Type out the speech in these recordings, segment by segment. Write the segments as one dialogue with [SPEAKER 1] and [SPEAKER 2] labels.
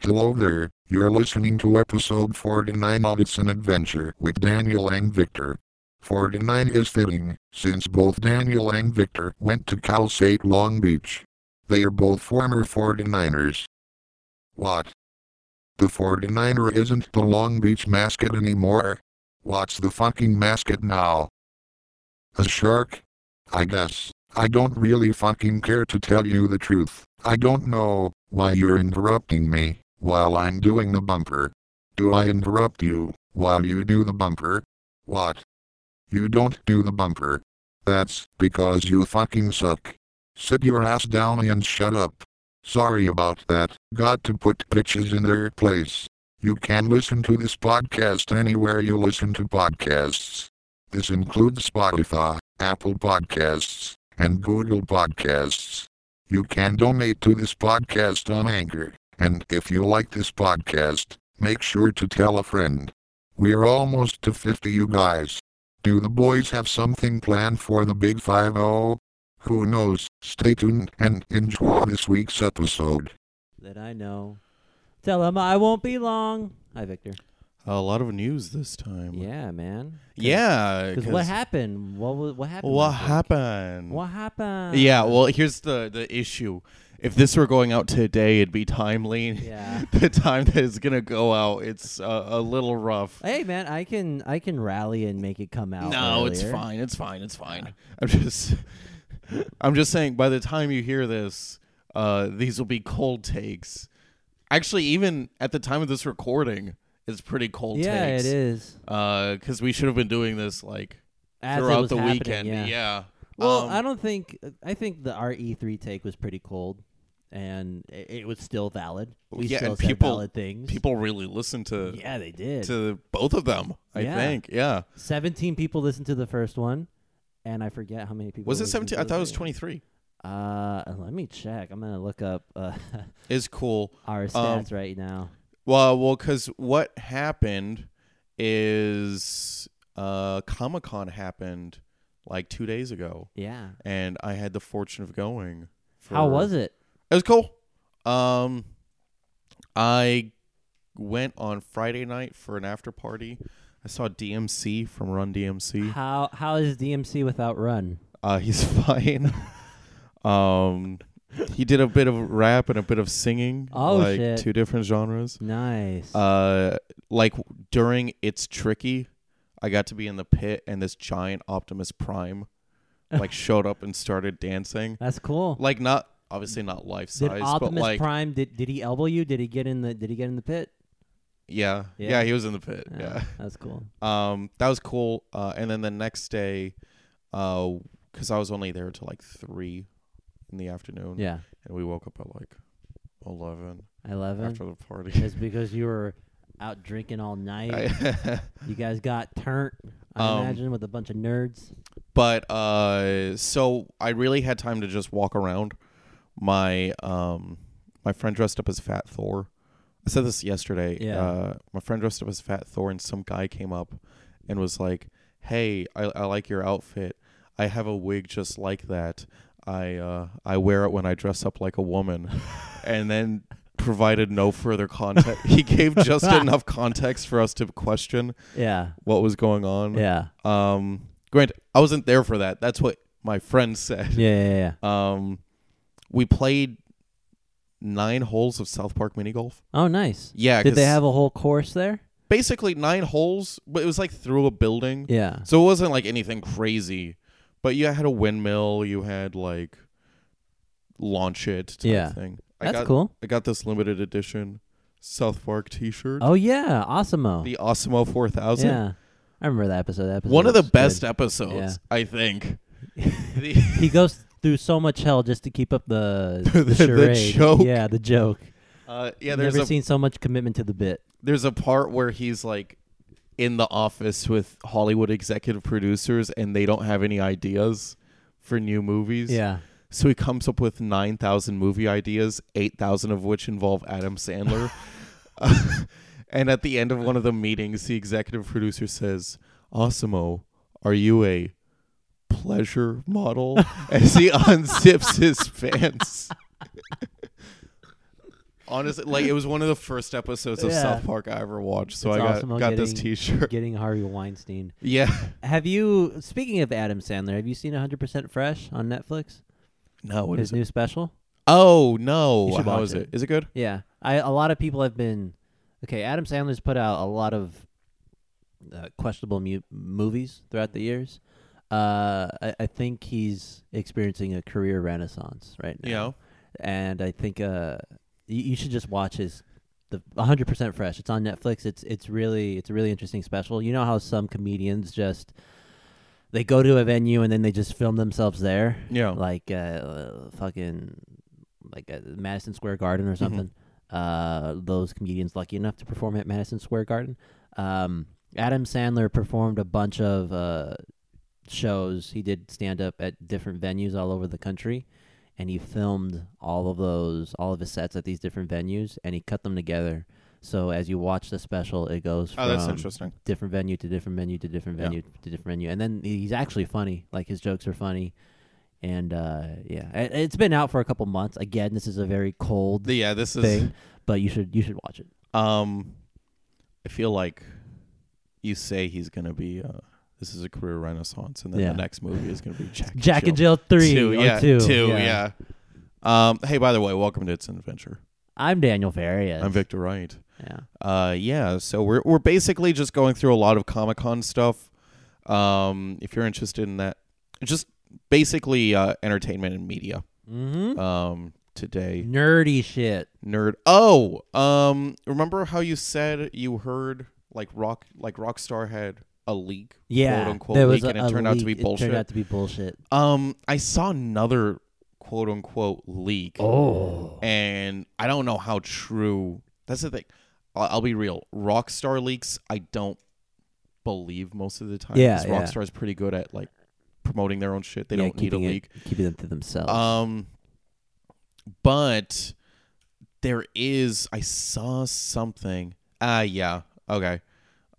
[SPEAKER 1] Hello there, you're listening to episode 49 of It's an Adventure with Daniel and Victor. 49 is fitting, since both Daniel and Victor went to Cal State Long Beach. They are both former 49ers. What? The 49er isn't the Long Beach mascot anymore. What's the fucking mascot now? A shark? I guess. I don't really fucking care to tell you the truth. I don't know why you're interrupting me while I'm doing the bumper. Do I interrupt you while you do the bumper? What? You don't do the bumper. That's because you fucking suck. Sit your ass down and shut up. Sorry about that. Got to put pitches in their place. You can listen to this podcast anywhere you listen to podcasts. This includes Spotify, Apple Podcasts, and Google Podcasts. You can donate to this podcast on Anchor, and if you like this podcast, make sure to tell a friend. We're almost to 50, you guys. Do the boys have something planned for the Big 5 0? Who knows? Stay tuned and enjoy this week's episode.
[SPEAKER 2] that I know. Tell him I won't be long. Hi, Victor.
[SPEAKER 3] A lot of news this time.
[SPEAKER 2] Yeah, man.
[SPEAKER 3] Yeah.
[SPEAKER 2] Because what happened? What was, what happened?
[SPEAKER 3] What
[SPEAKER 2] last week?
[SPEAKER 3] happened?
[SPEAKER 2] What happened?
[SPEAKER 3] Yeah. Well, here's the the issue. If this were going out today, it'd be timely.
[SPEAKER 2] Yeah.
[SPEAKER 3] the time that it's gonna go out, it's uh, a little rough.
[SPEAKER 2] Hey, man, I can I can rally and make it come out.
[SPEAKER 3] No, it's
[SPEAKER 2] earlier.
[SPEAKER 3] fine. It's fine. It's fine. I'm just, I'm just saying. By the time you hear this, uh, these will be cold takes. Actually, even at the time of this recording, it's pretty cold
[SPEAKER 2] Yeah,
[SPEAKER 3] takes.
[SPEAKER 2] it is.
[SPEAKER 3] Because we should have been doing this like
[SPEAKER 2] As it
[SPEAKER 3] throughout
[SPEAKER 2] was
[SPEAKER 3] the
[SPEAKER 2] happening,
[SPEAKER 3] weekend.
[SPEAKER 2] Yeah. Well,
[SPEAKER 3] Um,
[SPEAKER 2] I don't think I think the RE3 take was pretty cold, and it, it was still valid. We
[SPEAKER 3] Yeah,
[SPEAKER 2] still
[SPEAKER 3] and
[SPEAKER 2] said
[SPEAKER 3] people-
[SPEAKER 2] valid things.
[SPEAKER 3] people really listen to
[SPEAKER 2] yeah, they did.
[SPEAKER 3] to both of them. I
[SPEAKER 2] Yeah.
[SPEAKER 3] think. Yeah.
[SPEAKER 2] Seventeen people listened to the first one, and I forget how many people.
[SPEAKER 3] Was it
[SPEAKER 2] listened to
[SPEAKER 3] seventeen? I
[SPEAKER 2] the
[SPEAKER 3] thought it was
[SPEAKER 2] second.
[SPEAKER 3] twenty three.
[SPEAKER 2] Uh, let me check. I'm gonna look up uh,
[SPEAKER 3] Is cool.
[SPEAKER 2] our
[SPEAKER 3] Um,
[SPEAKER 2] stats right now.
[SPEAKER 3] Well, well, because what happened is uh, Comic Con happened like two days ago,
[SPEAKER 2] Yeah.
[SPEAKER 3] and I had the fortune of going. For,
[SPEAKER 2] How was it?
[SPEAKER 3] It was cool. Um, I went on Friday night for an after party. I saw DMC from Run DMC.
[SPEAKER 2] How how is DMC without Run?
[SPEAKER 3] Uh, he's fine. um, he did a bit of rap and a bit of singing,
[SPEAKER 2] Oh,
[SPEAKER 3] like
[SPEAKER 2] shit.
[SPEAKER 3] two different genres.
[SPEAKER 2] Nice.
[SPEAKER 3] Uh, like during it's tricky, I got to be in the pit, and this giant Optimus Prime, like showed up and started dancing.
[SPEAKER 2] That's cool.
[SPEAKER 3] Like not obviously not life
[SPEAKER 2] did
[SPEAKER 3] size, but
[SPEAKER 2] Optimus
[SPEAKER 3] like
[SPEAKER 2] Prime did, did he elbow you? Did he get in the Did he get in the pit?
[SPEAKER 3] yeah,
[SPEAKER 2] Yeah.
[SPEAKER 3] yeah, he was in the pit.
[SPEAKER 2] Uh,
[SPEAKER 3] Yeah,
[SPEAKER 2] That's cool.
[SPEAKER 3] um, that was cool. Uh, and then the next day, uh, because I was only there till like three in the afternoon.
[SPEAKER 2] Yeah.
[SPEAKER 3] and we woke up at like 11
[SPEAKER 2] I love it.
[SPEAKER 3] after the party.
[SPEAKER 2] It's because you were out drinking all night.
[SPEAKER 3] I-
[SPEAKER 2] you guys got turnt. I
[SPEAKER 3] Um,
[SPEAKER 2] imagine with a bunch of nerds.
[SPEAKER 3] but uh so I really had time to just walk around. My um my friend dressed up as Fat Thor. I said this yesterday.
[SPEAKER 2] Yeah.
[SPEAKER 3] Uh, my friend dressed up as Fat Thor and some guy came up and was like, "Hey, I, I like your outfit. I have a wig just like that. I uh I wear it when I dress up like a woman." and then provided no further context. he gave just enough context for us to question
[SPEAKER 2] Yeah.
[SPEAKER 3] what was going on.
[SPEAKER 2] Yeah.
[SPEAKER 3] Um, Grant, I wasn't there for that. That's what my friend said.
[SPEAKER 2] Yeah. Yeah. Yeah.
[SPEAKER 3] Um, we played nine holes of South Park mini golf.
[SPEAKER 2] Oh, nice.
[SPEAKER 3] Yeah,
[SPEAKER 2] Did they
[SPEAKER 3] 'cause
[SPEAKER 2] have a whole course there?
[SPEAKER 3] basically nine holes? But it was like through a building,
[SPEAKER 2] Yeah.
[SPEAKER 3] so it wasn't like anything crazy. But you had a windmill. You had like launch it type
[SPEAKER 2] Yeah.
[SPEAKER 3] thing. I
[SPEAKER 2] That's
[SPEAKER 3] got,
[SPEAKER 2] cool.
[SPEAKER 3] I got this limited edition South Park T-shirt,
[SPEAKER 2] Oh yeah, Osimo.
[SPEAKER 3] the Osmo Four Thousand.
[SPEAKER 2] yeah, I remember that episode. That episode
[SPEAKER 3] One of the
[SPEAKER 2] was
[SPEAKER 3] best
[SPEAKER 2] good.
[SPEAKER 3] episodes,
[SPEAKER 2] Yeah.
[SPEAKER 3] I think. The-
[SPEAKER 2] he goes through so much hell just to keep up the the,
[SPEAKER 3] The- the
[SPEAKER 2] charade.
[SPEAKER 3] joke.
[SPEAKER 2] Yeah, the joke.
[SPEAKER 3] Uh, yeah, there's
[SPEAKER 2] never
[SPEAKER 3] a
[SPEAKER 2] seen so much commitment to the bit.
[SPEAKER 3] there's a part where he's like in the office with Hollywood executive producers, and they don't have any ideas for new movies.
[SPEAKER 2] Yeah,
[SPEAKER 3] So he comes up with nine thousand movie ideas, eight thousand of which involve Adam Sandler. Uh, and at the end of one of the meetings, the executive producer says, "Osimo, are you a pleasure model?" As he unzips his pants. Honestly, like it was one of the first episodes of
[SPEAKER 2] Yeah.
[SPEAKER 3] South Park I ever watched, so
[SPEAKER 2] It's
[SPEAKER 3] I got
[SPEAKER 2] awesome how
[SPEAKER 3] got this
[SPEAKER 2] getting-
[SPEAKER 3] T-shirt.
[SPEAKER 2] Getting Harvey Weinstein.
[SPEAKER 3] yeah,
[SPEAKER 2] Have you? Speaking of Adam Sandler, have you seen 100% Fresh on Netflix?
[SPEAKER 3] no, what
[SPEAKER 2] His
[SPEAKER 3] is it?
[SPEAKER 2] new special.
[SPEAKER 3] Oh no,
[SPEAKER 2] You should
[SPEAKER 3] how
[SPEAKER 2] watch
[SPEAKER 3] is
[SPEAKER 2] it.
[SPEAKER 3] it? Is it good?
[SPEAKER 2] Yeah, I a lot of people have been okay. Adam Sandler's put out a lot of uh, questionable mu- movies throughout the years. Uh, I, I think he's experiencing a career renaissance right now.
[SPEAKER 3] You know,
[SPEAKER 2] and I think uh, you, you should just watch his the 100% fresh. It's on Netflix. It's it's really it's a really interesting special. You know how some comedians just they go to a venue and then they just film themselves there
[SPEAKER 3] yeah,
[SPEAKER 2] like uh, fucking like uh, Madison Square Garden
[SPEAKER 3] Mm-hmm.
[SPEAKER 2] or something. Uh, those comedians lucky enough to perform at Madison Square Garden. Um, Adam Sandler performed a bunch of uh, shows. He did stand up at different venues all over the country, and he filmed all of those, all of his sets at these different venues, and he cut them together. So as you watch the special, it goes from
[SPEAKER 3] oh, that's interesting.
[SPEAKER 2] different venue to different venue to different
[SPEAKER 3] Yeah.
[SPEAKER 2] venue to different venue, and then he's actually funny. Like his jokes are funny, and uh, yeah, it, it's been out for a couple months. Again, this is a very cold
[SPEAKER 3] The- yeah, this is.
[SPEAKER 2] thing, but you should you should watch it.
[SPEAKER 3] Um, I feel like you say he's gonna be. Uh, this is a career renaissance, and then
[SPEAKER 2] Yeah.
[SPEAKER 3] the next movie is gonna be Jack.
[SPEAKER 2] Jack and
[SPEAKER 3] and Jill,
[SPEAKER 2] Jill three,
[SPEAKER 3] two,
[SPEAKER 2] or
[SPEAKER 3] yeah,
[SPEAKER 2] two,
[SPEAKER 3] yeah. Um, hey, by the way, welcome to It's an Adventure.
[SPEAKER 2] I'm Daniel Farias.
[SPEAKER 3] I'm Victor Wright.
[SPEAKER 2] Yeah,
[SPEAKER 3] Uh, yeah. So we're we're basically just going through a lot of Comic Con stuff. Um, if you're interested in that, just basically uh, entertainment and media.
[SPEAKER 2] mm-hmm.
[SPEAKER 3] Um, today,
[SPEAKER 2] nerdy shit.
[SPEAKER 3] nerd. Oh, um, remember how you said you heard like rock like Rockstar had a leak,
[SPEAKER 2] Yeah,
[SPEAKER 3] quote unquote
[SPEAKER 2] there
[SPEAKER 3] leak,
[SPEAKER 2] was
[SPEAKER 3] and
[SPEAKER 2] a,
[SPEAKER 3] it
[SPEAKER 2] a
[SPEAKER 3] turned out to be
[SPEAKER 2] leak. It
[SPEAKER 3] bullshit.
[SPEAKER 2] turned out to be bullshit.
[SPEAKER 3] um, I saw another quote unquote leak
[SPEAKER 2] Oh,
[SPEAKER 3] and I don't know how true. That's the thing. I'll, I'll be real. Rockstar leaks, I don't believe most of the time. 'cause
[SPEAKER 2] Yeah, yeah.
[SPEAKER 3] Rockstar's pretty good at like promoting their own shit. They
[SPEAKER 2] yeah,
[SPEAKER 3] don't need a
[SPEAKER 2] keeping it-
[SPEAKER 3] leak.
[SPEAKER 2] keeping them to themselves.
[SPEAKER 3] Um, but there is. I saw something. Ah, yeah. Okay.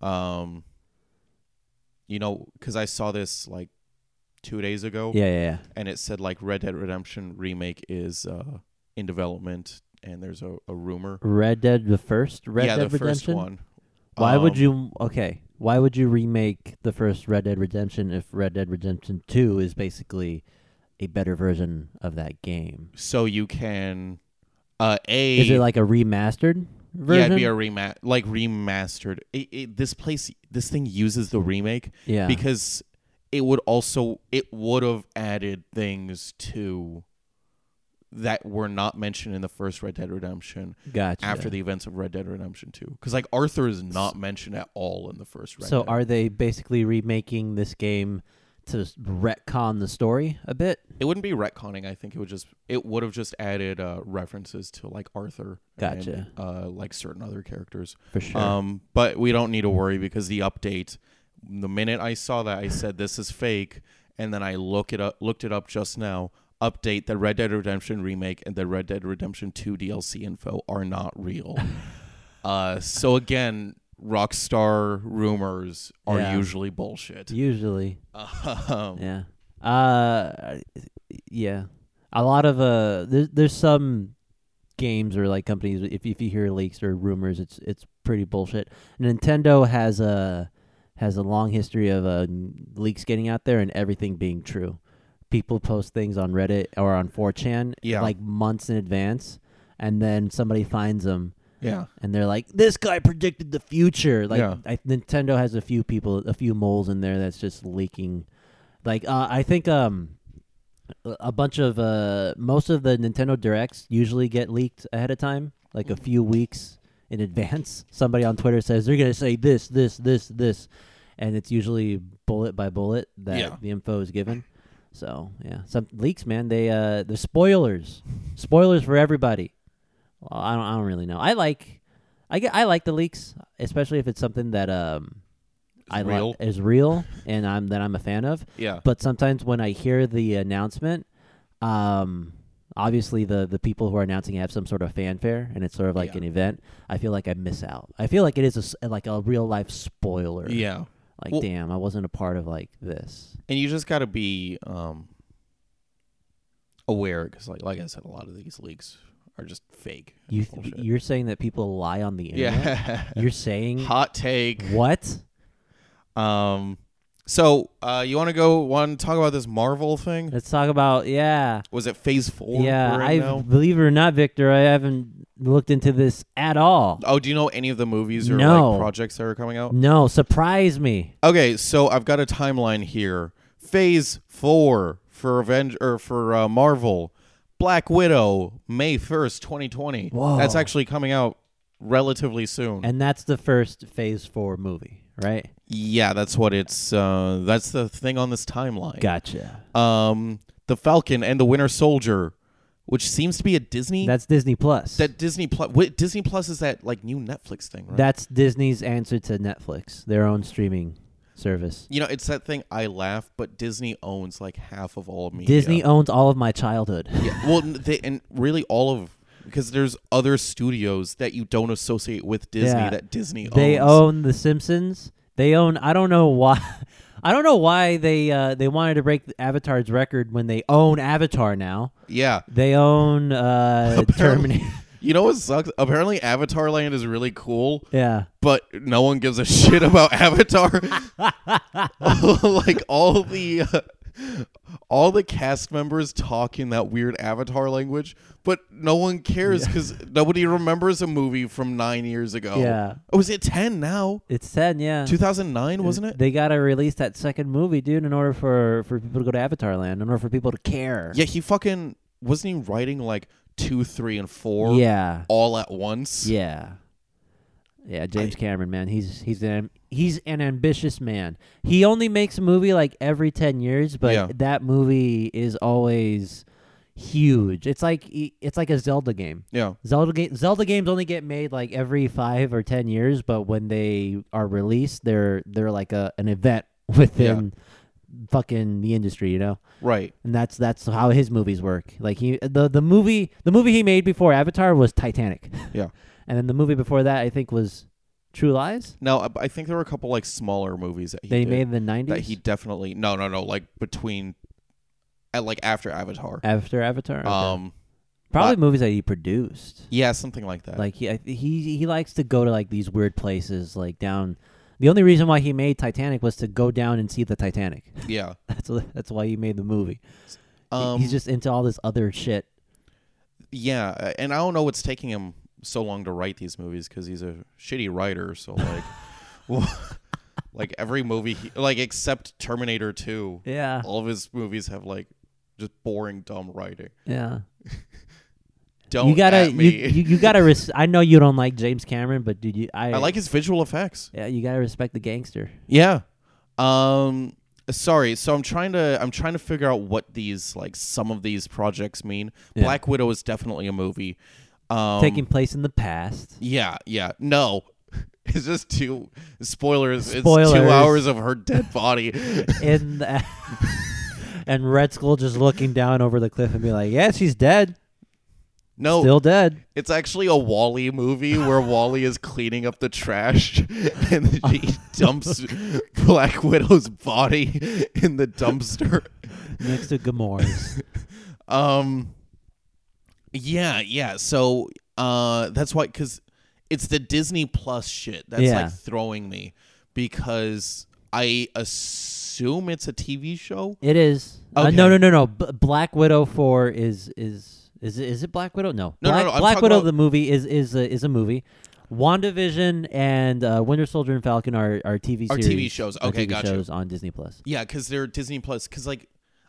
[SPEAKER 3] Um, you know, because I saw this like two days ago
[SPEAKER 2] yeah, yeah, yeah.
[SPEAKER 3] and it said like Red Dead Redemption remake is uh, in development, and there's a, a rumor.
[SPEAKER 2] Red Dead the first. Red
[SPEAKER 3] yeah,
[SPEAKER 2] Dead
[SPEAKER 3] the
[SPEAKER 2] Redemption.
[SPEAKER 3] first one.
[SPEAKER 2] Why would
[SPEAKER 3] Um,
[SPEAKER 2] you okay? Why would you remake the first Red Dead Redemption if Red Dead Redemption Two is basically a better version of that game?
[SPEAKER 3] So you can, uh, a
[SPEAKER 2] Is it like a remastered
[SPEAKER 3] yeah,
[SPEAKER 2] version?
[SPEAKER 3] it'd be a remat like remastered. It, it, this place, this thing uses the remake
[SPEAKER 2] Yeah.
[SPEAKER 3] because it would also it would have added things to that were not mentioned in the first Red Dead Redemption
[SPEAKER 2] gotcha.
[SPEAKER 3] after the events of Red Dead Redemption 2 because like Arthur is not mentioned at all in the first Red
[SPEAKER 2] so
[SPEAKER 3] Dead.
[SPEAKER 2] are they basically remaking this game to s- retcon the story a bit?
[SPEAKER 3] It wouldn't be retconning. I think it would just it would have just added uh, references to like Arthur, and,
[SPEAKER 2] Gotcha.
[SPEAKER 3] uh, like certain other characters.
[SPEAKER 2] For sure.
[SPEAKER 3] Um, but we don't need to worry because the update. The minute I saw that, I said this is fake, and then I look it up, looked it up just now. Update: The Red Dead Redemption remake and the Red Dead Redemption Two DLC info are not real. uh, so again, Rockstar rumors are
[SPEAKER 2] Yeah.
[SPEAKER 3] usually bullshit.
[SPEAKER 2] Usually.
[SPEAKER 3] Um,
[SPEAKER 2] Yeah. Uh, yeah. A lot of uh, there's there's some games or like companies. If if you hear leaks or rumors, it's it's pretty bullshit. Nintendo has a has a long history of uh, leaks getting out there and everything being true. People post things on Reddit or on 4chan
[SPEAKER 3] Yeah.
[SPEAKER 2] like months in advance, and then somebody finds them
[SPEAKER 3] yeah.
[SPEAKER 2] and they're like, "This guy predicted the future." Like
[SPEAKER 3] Yeah.
[SPEAKER 2] I, Nintendo has a few people, a few moles in there that's just leaking. Like uh, I think um, a- a bunch of uh, most of the Nintendo directs usually get leaked ahead of time, like a few weeks in advance. Somebody on Twitter says they're gonna say this, this, this, this, and it's usually bullet by bullet that
[SPEAKER 3] Yeah.
[SPEAKER 2] the info is given. So yeah, some leaks, man. They uh, they're spoilers, spoilers for everybody. Well, I don't, I don't really know. I like, I get, I like the leaks, especially if it's something that um, I li-
[SPEAKER 3] real.
[SPEAKER 2] is real and I'm that I'm a fan of.
[SPEAKER 3] Yeah.
[SPEAKER 2] But sometimes when I hear the announcement, um, obviously the the people who are announcing have some sort of fanfare and it's sort of like an
[SPEAKER 3] Yeah.
[SPEAKER 2] event. I feel like I miss out. I feel like it is a s like a real life spoiler.
[SPEAKER 3] Yeah.
[SPEAKER 2] Like
[SPEAKER 3] Well-
[SPEAKER 2] damn, I wasn't a part of like this.
[SPEAKER 3] and you just got to be um aware because like like i said a lot of these leaks are just fake. and
[SPEAKER 2] You
[SPEAKER 3] bullshit.
[SPEAKER 2] you're saying that people lie on the internet.
[SPEAKER 3] yeah.
[SPEAKER 2] You're saying
[SPEAKER 3] Hot take.
[SPEAKER 2] what?
[SPEAKER 3] Um, so uh, you want to go one talk about this Marvel thing?
[SPEAKER 2] Let's talk about yeah.
[SPEAKER 3] Was it Phase Four?
[SPEAKER 2] yeah,
[SPEAKER 3] we're in
[SPEAKER 2] I
[SPEAKER 3] now?
[SPEAKER 2] believe it or not, Victor, I haven't looked into this at all.
[SPEAKER 3] Oh, do you know any of the movies or
[SPEAKER 2] No.
[SPEAKER 3] like projects that are coming out?
[SPEAKER 2] No, surprise me.
[SPEAKER 3] Okay, so I've got a timeline here. Phase Four for Avenge or for uh, Marvel, Black Widow, May first, twenty twenty.
[SPEAKER 2] Whoa.
[SPEAKER 3] That's actually coming out relatively soon.
[SPEAKER 2] And that's the first Phase Four movie, right?
[SPEAKER 3] yeah, that's what it's. Uh, that's the thing on this timeline.
[SPEAKER 2] Gotcha.
[SPEAKER 3] um, the Falcon and the Winter Soldier, which seems to be a Disney.
[SPEAKER 2] That's Disney Plus.
[SPEAKER 3] that Disney Plus. Wait, Disney Plus is that like new Netflix thing, right?
[SPEAKER 2] That's Disney's answer to Netflix, their own streaming service.
[SPEAKER 3] you know, it's that thing. I laugh, but Disney owns like half of all of media.
[SPEAKER 2] Disney owns all of my childhood.
[SPEAKER 3] Yeah, well, n- they, and really all of because there's other studios that you don't associate with Disney
[SPEAKER 2] Yeah.
[SPEAKER 3] that Disney
[SPEAKER 2] they
[SPEAKER 3] owns.
[SPEAKER 2] own The Simpsons. They own. I don't know why. I don't know why they uh, they wanted to break Avatar's record when they own Avatar now.
[SPEAKER 3] yeah.
[SPEAKER 2] They own uh,
[SPEAKER 3] Apparently-
[SPEAKER 2] Terminator.
[SPEAKER 3] You know what sucks? Apparently, Avatar Land is really cool,
[SPEAKER 2] yeah.
[SPEAKER 3] but no one gives a shit about Avatar. like all the uh, all the cast members talk in that weird Avatar language, but no one cares because nobody remembers a movie from nine years ago.
[SPEAKER 2] Yeah. Uh,
[SPEAKER 3] oh, is it ten now?
[SPEAKER 2] It's ten. Yeah.
[SPEAKER 3] Two thousand nine, wasn't it?
[SPEAKER 2] They gotta release that second movie, dude, in order for for people to go to Avatar Land, in order for people to care.
[SPEAKER 3] Yeah, he fucking wasn't he writing like two, three, and four
[SPEAKER 2] Yeah.
[SPEAKER 3] all at once.
[SPEAKER 2] Yeah. Yeah, James Cameron, man, he's he's an he's an ambitious man. He only makes a movie like every ten years, but
[SPEAKER 3] Yeah.
[SPEAKER 2] that movie is always huge. It's like e, it's like a Zelda game.
[SPEAKER 3] yeah.
[SPEAKER 2] Zelda ga- Zelda games only get made like every five or ten years, but when they are released, they're they're like a an event within fucking the industry, you know.
[SPEAKER 3] Right.
[SPEAKER 2] And that's that's how his movies work. Like he the the movie the movie he made before Avatar was Titanic.
[SPEAKER 3] Yeah.
[SPEAKER 2] And then the movie before that, I think, was True Lies.
[SPEAKER 3] Now I, I think there were a couple like smaller movies that he
[SPEAKER 2] they
[SPEAKER 3] did
[SPEAKER 2] made in the nineties
[SPEAKER 3] that he definitely no no no like between at like after Avatar.
[SPEAKER 2] after Avatar. Okay.
[SPEAKER 3] Um
[SPEAKER 2] Probably
[SPEAKER 3] but-
[SPEAKER 2] movies that he produced.
[SPEAKER 3] yeah, something like that.
[SPEAKER 2] Like he I, he he likes to go to like these weird places, like down. The only reason why he made Titanic was to go down and see the Titanic.
[SPEAKER 3] yeah.
[SPEAKER 2] That's wh- that's why he made the movie. He-
[SPEAKER 3] Um
[SPEAKER 2] He's just into all this other shit.
[SPEAKER 3] yeah, uh, and I don't know what's taking him so long to write these movies cuz he's a shitty writer, so like like every movie he, like except Terminator 2.
[SPEAKER 2] Yeah,
[SPEAKER 3] all of his movies have like just boring dumb writing.
[SPEAKER 2] yeah.
[SPEAKER 3] Don't
[SPEAKER 2] you gotta
[SPEAKER 3] at
[SPEAKER 2] you,
[SPEAKER 3] me.
[SPEAKER 2] you you gotta. Res- I know you don't like James Cameron, but dude, you I,
[SPEAKER 3] I like his visual effects.
[SPEAKER 2] Yeah, you gotta respect the gangster.
[SPEAKER 3] Yeah. Um sorry, so I'm trying to I'm trying to figure out what these like some of these projects mean.
[SPEAKER 2] Yeah.
[SPEAKER 3] Black Widow is definitely a movie. Um
[SPEAKER 2] Taking place in the past.
[SPEAKER 3] Yeah, yeah. No. It's just two spoilers. It's two
[SPEAKER 2] Spoilers.
[SPEAKER 3] hours of her dead body.
[SPEAKER 2] in the, and Red Skull just looking down over the cliff and be like, "Yeah, she's dead.
[SPEAKER 3] no,
[SPEAKER 2] Still dead."
[SPEAKER 3] It's actually a Wally movie where Wally is cleaning up the trash and then she dumps Black Widow's body in the dumpster.
[SPEAKER 2] Next to Gamora's.
[SPEAKER 3] Um yeah, yeah. So uh that's why cuz it's the Disney Plus shit that's
[SPEAKER 2] Yeah.
[SPEAKER 3] like throwing me because I assume it's a TV show.
[SPEAKER 2] it is. Uh,
[SPEAKER 3] Okay.
[SPEAKER 2] no, no, no, no. B- Black Widow Four is is is it- is it Black Widow? No,
[SPEAKER 3] No, no,
[SPEAKER 2] Black,
[SPEAKER 3] no, I'm
[SPEAKER 2] Black
[SPEAKER 3] talking
[SPEAKER 2] Widow
[SPEAKER 3] about-
[SPEAKER 2] the movie is is a, is a movie. WandaVision and uh, Winter Soldier and Falcon are, are TV
[SPEAKER 3] Are
[SPEAKER 2] series.
[SPEAKER 3] TV shows.
[SPEAKER 2] are
[SPEAKER 3] Okay,
[SPEAKER 2] TV
[SPEAKER 3] gotcha.
[SPEAKER 2] Shows on Disney Plus.
[SPEAKER 3] Yeah, cuz they're Disney Plus cuz like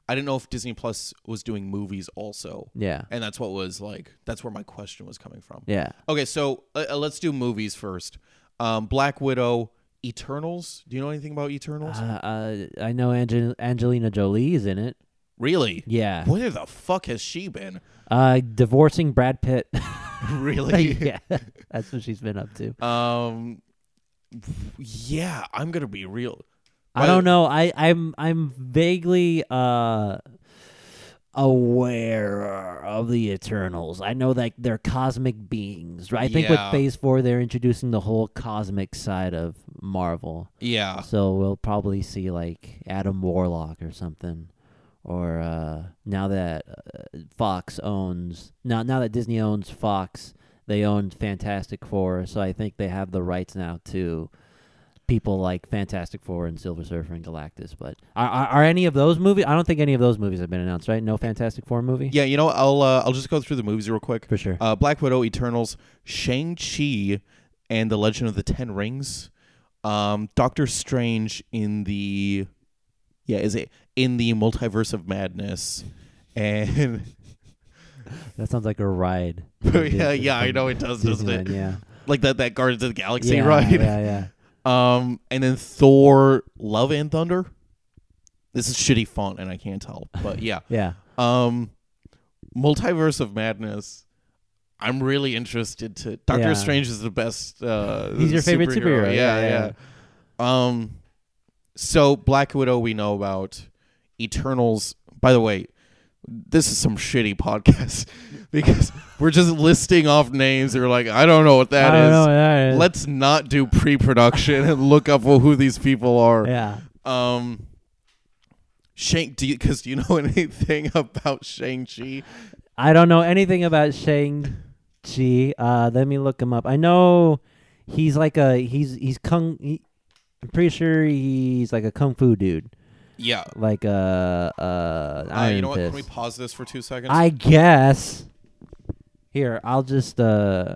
[SPEAKER 3] I didn't know if Disney Plus was doing movies also.
[SPEAKER 2] Yeah,
[SPEAKER 3] And that's what was like that's where my question was coming from.
[SPEAKER 2] yeah.
[SPEAKER 3] Okay, so uh, uh, let's do movies first. Um, Black Widow, Eternals. Do you know anything about
[SPEAKER 2] Uh,
[SPEAKER 3] Eternals?
[SPEAKER 2] uh, I know Angel- Angelina Jolie is in it.
[SPEAKER 3] really?
[SPEAKER 2] Yeah,
[SPEAKER 3] Where the fuck has she been?
[SPEAKER 2] uh, divorcing Brad Pitt.
[SPEAKER 3] really?
[SPEAKER 2] yeah, that's what she's been up to.
[SPEAKER 3] Um, yeah, I'm gonna be real.
[SPEAKER 2] I
[SPEAKER 3] Why-
[SPEAKER 2] don't know. I I'm I'm vaguely uh aware of the Eternals. I know that they're cosmic beings. Right? I think
[SPEAKER 3] Yeah.
[SPEAKER 2] with Phase Four, they're introducing the whole cosmic side of Marvel.
[SPEAKER 3] Yeah,
[SPEAKER 2] So we'll probably see like Adam Warlock or something, or uh, now that uh, Fox owns now now that Disney owns Fox, they own Fantastic Four, so I think they have the rights now to people like Fantastic Four and Silver Surfer and Galactus. But are are, are any of those movies? I don't think any of those movies have been announced, right? No Fantastic Four movie.
[SPEAKER 3] Yeah, you know, I'll uh, I'll just go through the movies real quick.
[SPEAKER 2] for sure.
[SPEAKER 3] Uh, Black Widow, Eternals, Shang Chi, and the Legend of the Ten Rings. Um, Doctor Strange in the yeah is it in the Multiverse of Madness, and
[SPEAKER 2] that sounds like a ride.
[SPEAKER 3] yeah yeah I know it does doesn't
[SPEAKER 2] Disneyland,
[SPEAKER 3] it
[SPEAKER 2] Yeah.
[SPEAKER 3] like that that Guardians of the Galaxy
[SPEAKER 2] yeah,
[SPEAKER 3] right
[SPEAKER 2] Yeah, yeah.
[SPEAKER 3] um and then Thor Love and Thunder. This is shitty font and I can't tell, but yeah.
[SPEAKER 2] Yeah.
[SPEAKER 3] Um, Multiverse of Madness. I'm really interested to. Doctor
[SPEAKER 2] Yeah.
[SPEAKER 3] Strange is the best. Uh,
[SPEAKER 2] He's your favorite superhero.
[SPEAKER 3] Yeah,
[SPEAKER 2] Yeah,
[SPEAKER 3] yeah,
[SPEAKER 2] yeah,
[SPEAKER 3] Um, so Black Widow we know about. Eternals. By the way, this is some shitty podcast because we're just listing off names. That we're like, I don't know what that
[SPEAKER 2] I don't
[SPEAKER 3] is.
[SPEAKER 2] know what that is.
[SPEAKER 3] Let's not do pre-production and look up who these people are.
[SPEAKER 2] Yeah.
[SPEAKER 3] Um, Shang, do you because do you know anything about Shang Chi?
[SPEAKER 2] I don't know anything about Shang Chi. Uh, let me look him up. I know he's like a he's he's kung. He, I'm pretty sure he's like a kung fu dude,
[SPEAKER 3] Yeah.
[SPEAKER 2] like a uh,
[SPEAKER 3] Uh,
[SPEAKER 2] Iron
[SPEAKER 3] you know what? Can
[SPEAKER 2] Fist.
[SPEAKER 3] we pause this for two seconds?
[SPEAKER 2] I guess. Here, I'll just uh,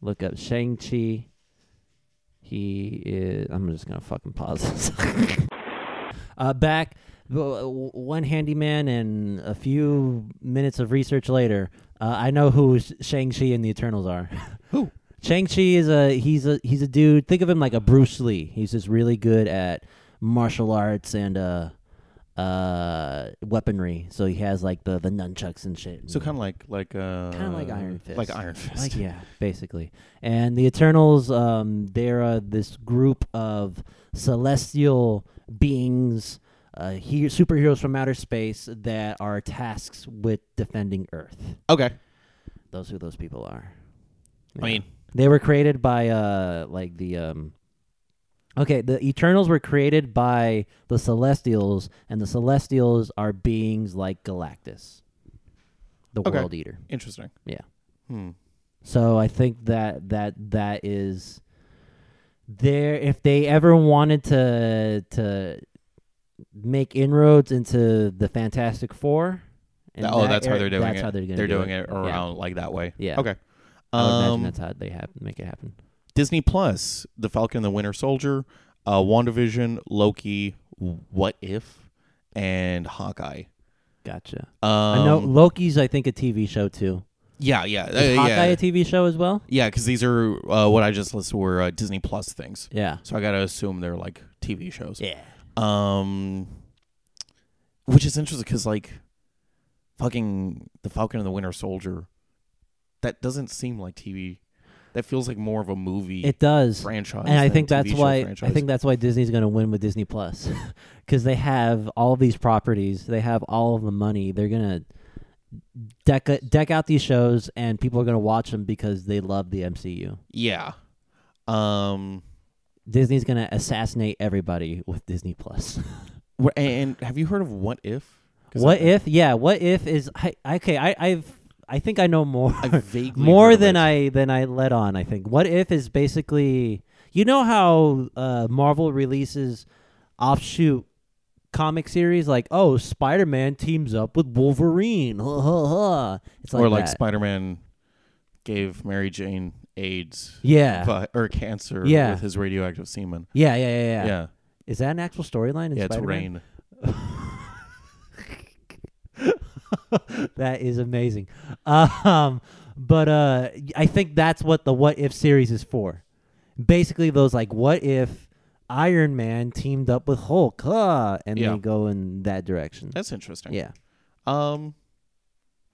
[SPEAKER 2] look up Shang Chi. He is. I'm just gonna fucking pause this. uh, back w- w- one handyman and a few minutes of research later, uh, I know who Shang Chi and the Eternals are.
[SPEAKER 3] Who?
[SPEAKER 2] Shang Chi is a he's a he's a dude. Think of him like a Bruce Lee. He's just really good at martial arts and uh uh weaponry. So he has like the the nunchucks and shit.
[SPEAKER 3] so kind of like like uh,
[SPEAKER 2] Kinda like Iron
[SPEAKER 3] like
[SPEAKER 2] Fist.
[SPEAKER 3] Iron Fist.
[SPEAKER 2] Like, yeah, basically. And the Eternals, um, they're uh, this group of celestial beings, uh, he- superheroes from outer space that are tasked with defending Earth.
[SPEAKER 3] Okay.
[SPEAKER 2] Those who those people are.
[SPEAKER 3] I
[SPEAKER 2] Yeah.
[SPEAKER 3] mean,
[SPEAKER 2] They were created by uh like the um Okay, the Eternals were created by the Celestials and the Celestials are beings like Galactus, the
[SPEAKER 3] Okay.
[SPEAKER 2] world eater.
[SPEAKER 3] interesting.
[SPEAKER 2] Yeah.
[SPEAKER 3] Hmm.
[SPEAKER 2] So I think that that that is there if they ever wanted to to make inroads into the Fantastic 4 in
[SPEAKER 3] oh,
[SPEAKER 2] that
[SPEAKER 3] that's how
[SPEAKER 2] era-
[SPEAKER 3] they're doing
[SPEAKER 2] that's
[SPEAKER 3] it.
[SPEAKER 2] how they're, gonna do
[SPEAKER 3] doing it, around like that way.
[SPEAKER 2] Yeah.
[SPEAKER 3] Okay.
[SPEAKER 2] I would imagine
[SPEAKER 3] Um,
[SPEAKER 2] that's how they have make it happen.
[SPEAKER 3] Disney Plus, The Falcon and the Winter Soldier, uh, WandaVision, Loki, What If, and Hawkeye.
[SPEAKER 2] Gotcha.
[SPEAKER 3] Um,
[SPEAKER 2] I know Loki's. I think a TV show too.
[SPEAKER 3] Yeah, yeah, uh,
[SPEAKER 2] Is Hawkeye
[SPEAKER 3] yeah.
[SPEAKER 2] a TV show as well?
[SPEAKER 3] Yeah, because these are uh, what I just listed were uh, Disney Plus things.
[SPEAKER 2] Yeah.
[SPEAKER 3] So I gotta assume they're like TV shows.
[SPEAKER 2] Yeah.
[SPEAKER 3] Um, which is interesting because like, fucking the Falcon and the Winter Soldier, that doesn't seem like TV. That feels like more of a movie
[SPEAKER 2] It does.
[SPEAKER 3] franchise.
[SPEAKER 2] And I
[SPEAKER 3] than a
[SPEAKER 2] think
[SPEAKER 3] TV
[SPEAKER 2] that's
[SPEAKER 3] show
[SPEAKER 2] why
[SPEAKER 3] franchise.
[SPEAKER 2] I think that's why Disney's going to win with Disney Plus cuz they have all these properties, they have all of the money. They're going to deck deck out these shows and people are going to watch them because they love the MCU.
[SPEAKER 3] yeah. Um,
[SPEAKER 2] Disney's going to assassinate everybody with Disney Plus.
[SPEAKER 3] wh- and have you heard of What If? 'Cause
[SPEAKER 2] what
[SPEAKER 3] I-
[SPEAKER 2] if? Yeah, what if is I, okay, I I've I think I know more.
[SPEAKER 3] I vaguely heard
[SPEAKER 2] more
[SPEAKER 3] of
[SPEAKER 2] than
[SPEAKER 3] it.
[SPEAKER 2] I than I let on. I think. What if is basically you know how uh, Marvel releases offshoot comic series like oh Spider Man teams up with Wolverine. Ha, ha, ha. It's like
[SPEAKER 3] or like
[SPEAKER 2] that.
[SPEAKER 3] Spider Man gave Mary Jane AIDS,
[SPEAKER 2] yeah.
[SPEAKER 3] but or cancer
[SPEAKER 2] Yeah.
[SPEAKER 3] with his radioactive semen.
[SPEAKER 2] yeah, yeah, yeah, yeah,
[SPEAKER 3] Yeah, yeah,
[SPEAKER 2] Is that an actual storyline in
[SPEAKER 3] it's
[SPEAKER 2] Spider-Man?
[SPEAKER 3] rain.
[SPEAKER 2] that is amazing. Um, but uh, I think that's what the What If series is for. Basically, those like What If Iron Man teamed up with Hulk, huh? and
[SPEAKER 3] Yeah.
[SPEAKER 2] they go in that direction.
[SPEAKER 3] That's interesting.
[SPEAKER 2] yeah,
[SPEAKER 3] Um.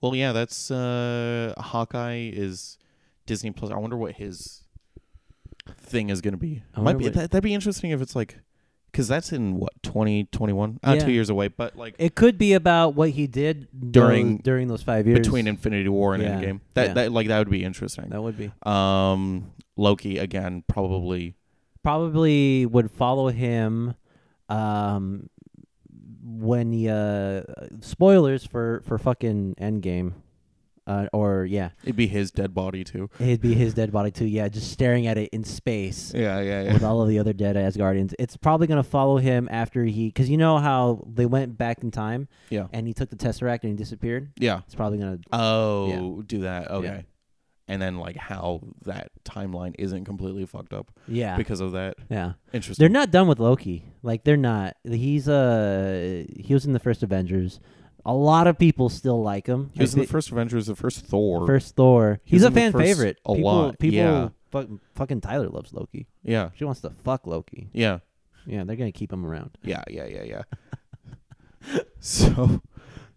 [SPEAKER 3] Well, yeah, that's uh, Hawkeye is Disney Plus. I wonder what his thing is going to be.
[SPEAKER 2] I
[SPEAKER 3] Might
[SPEAKER 2] wonder
[SPEAKER 3] be
[SPEAKER 2] what-
[SPEAKER 3] that, that'd be interesting if it's like because that's in what twenty twenty one, uh,
[SPEAKER 2] Yeah.
[SPEAKER 3] two years away. But like
[SPEAKER 2] it could be about what he did
[SPEAKER 3] During-
[SPEAKER 2] those- during those five years
[SPEAKER 3] between Infinity War and
[SPEAKER 2] Yeah.
[SPEAKER 3] Endgame, that
[SPEAKER 2] Yeah.
[SPEAKER 3] that like that would be interesting.
[SPEAKER 2] That would be
[SPEAKER 3] Um, Loki again, probably.
[SPEAKER 2] probably would follow him. Um, when the uh, spoilers for for fucking Endgame, uh, or yeah,
[SPEAKER 3] It'd be his dead body too.
[SPEAKER 2] it'd be his dead body too. Yeah, just staring at it in space
[SPEAKER 3] Yeah, yeah,
[SPEAKER 2] with all of the other dead Asgardians. It's probably gonna follow him after he, because you know how they went back in time
[SPEAKER 3] Yeah.
[SPEAKER 2] and he took the tesseract and he disappeared.
[SPEAKER 3] Yeah.
[SPEAKER 2] It's probably gonna
[SPEAKER 3] Oh, do that. Okay. And then like how that timeline isn't completely fucked up
[SPEAKER 2] yeah
[SPEAKER 3] because of that.
[SPEAKER 2] yeah.
[SPEAKER 3] Interesting.
[SPEAKER 2] They're not done with Loki. Like they're not. He's uh he was in the first Avengers. A lot of people still like him.
[SPEAKER 3] he was in
[SPEAKER 2] Like,
[SPEAKER 3] the first Avengers, the first Thor.
[SPEAKER 2] First Thor.
[SPEAKER 3] He was
[SPEAKER 2] He's a
[SPEAKER 3] in the
[SPEAKER 2] fan
[SPEAKER 3] first
[SPEAKER 2] favorite.
[SPEAKER 3] a
[SPEAKER 2] people,
[SPEAKER 3] lot,
[SPEAKER 2] People,
[SPEAKER 3] yeah.
[SPEAKER 2] fuck, fucking Tyler loves Loki.
[SPEAKER 3] Yeah.
[SPEAKER 2] She wants to fuck Loki.
[SPEAKER 3] Yeah.
[SPEAKER 2] Yeah, they're gonna keep him around.
[SPEAKER 3] Yeah, yeah, yeah, yeah. so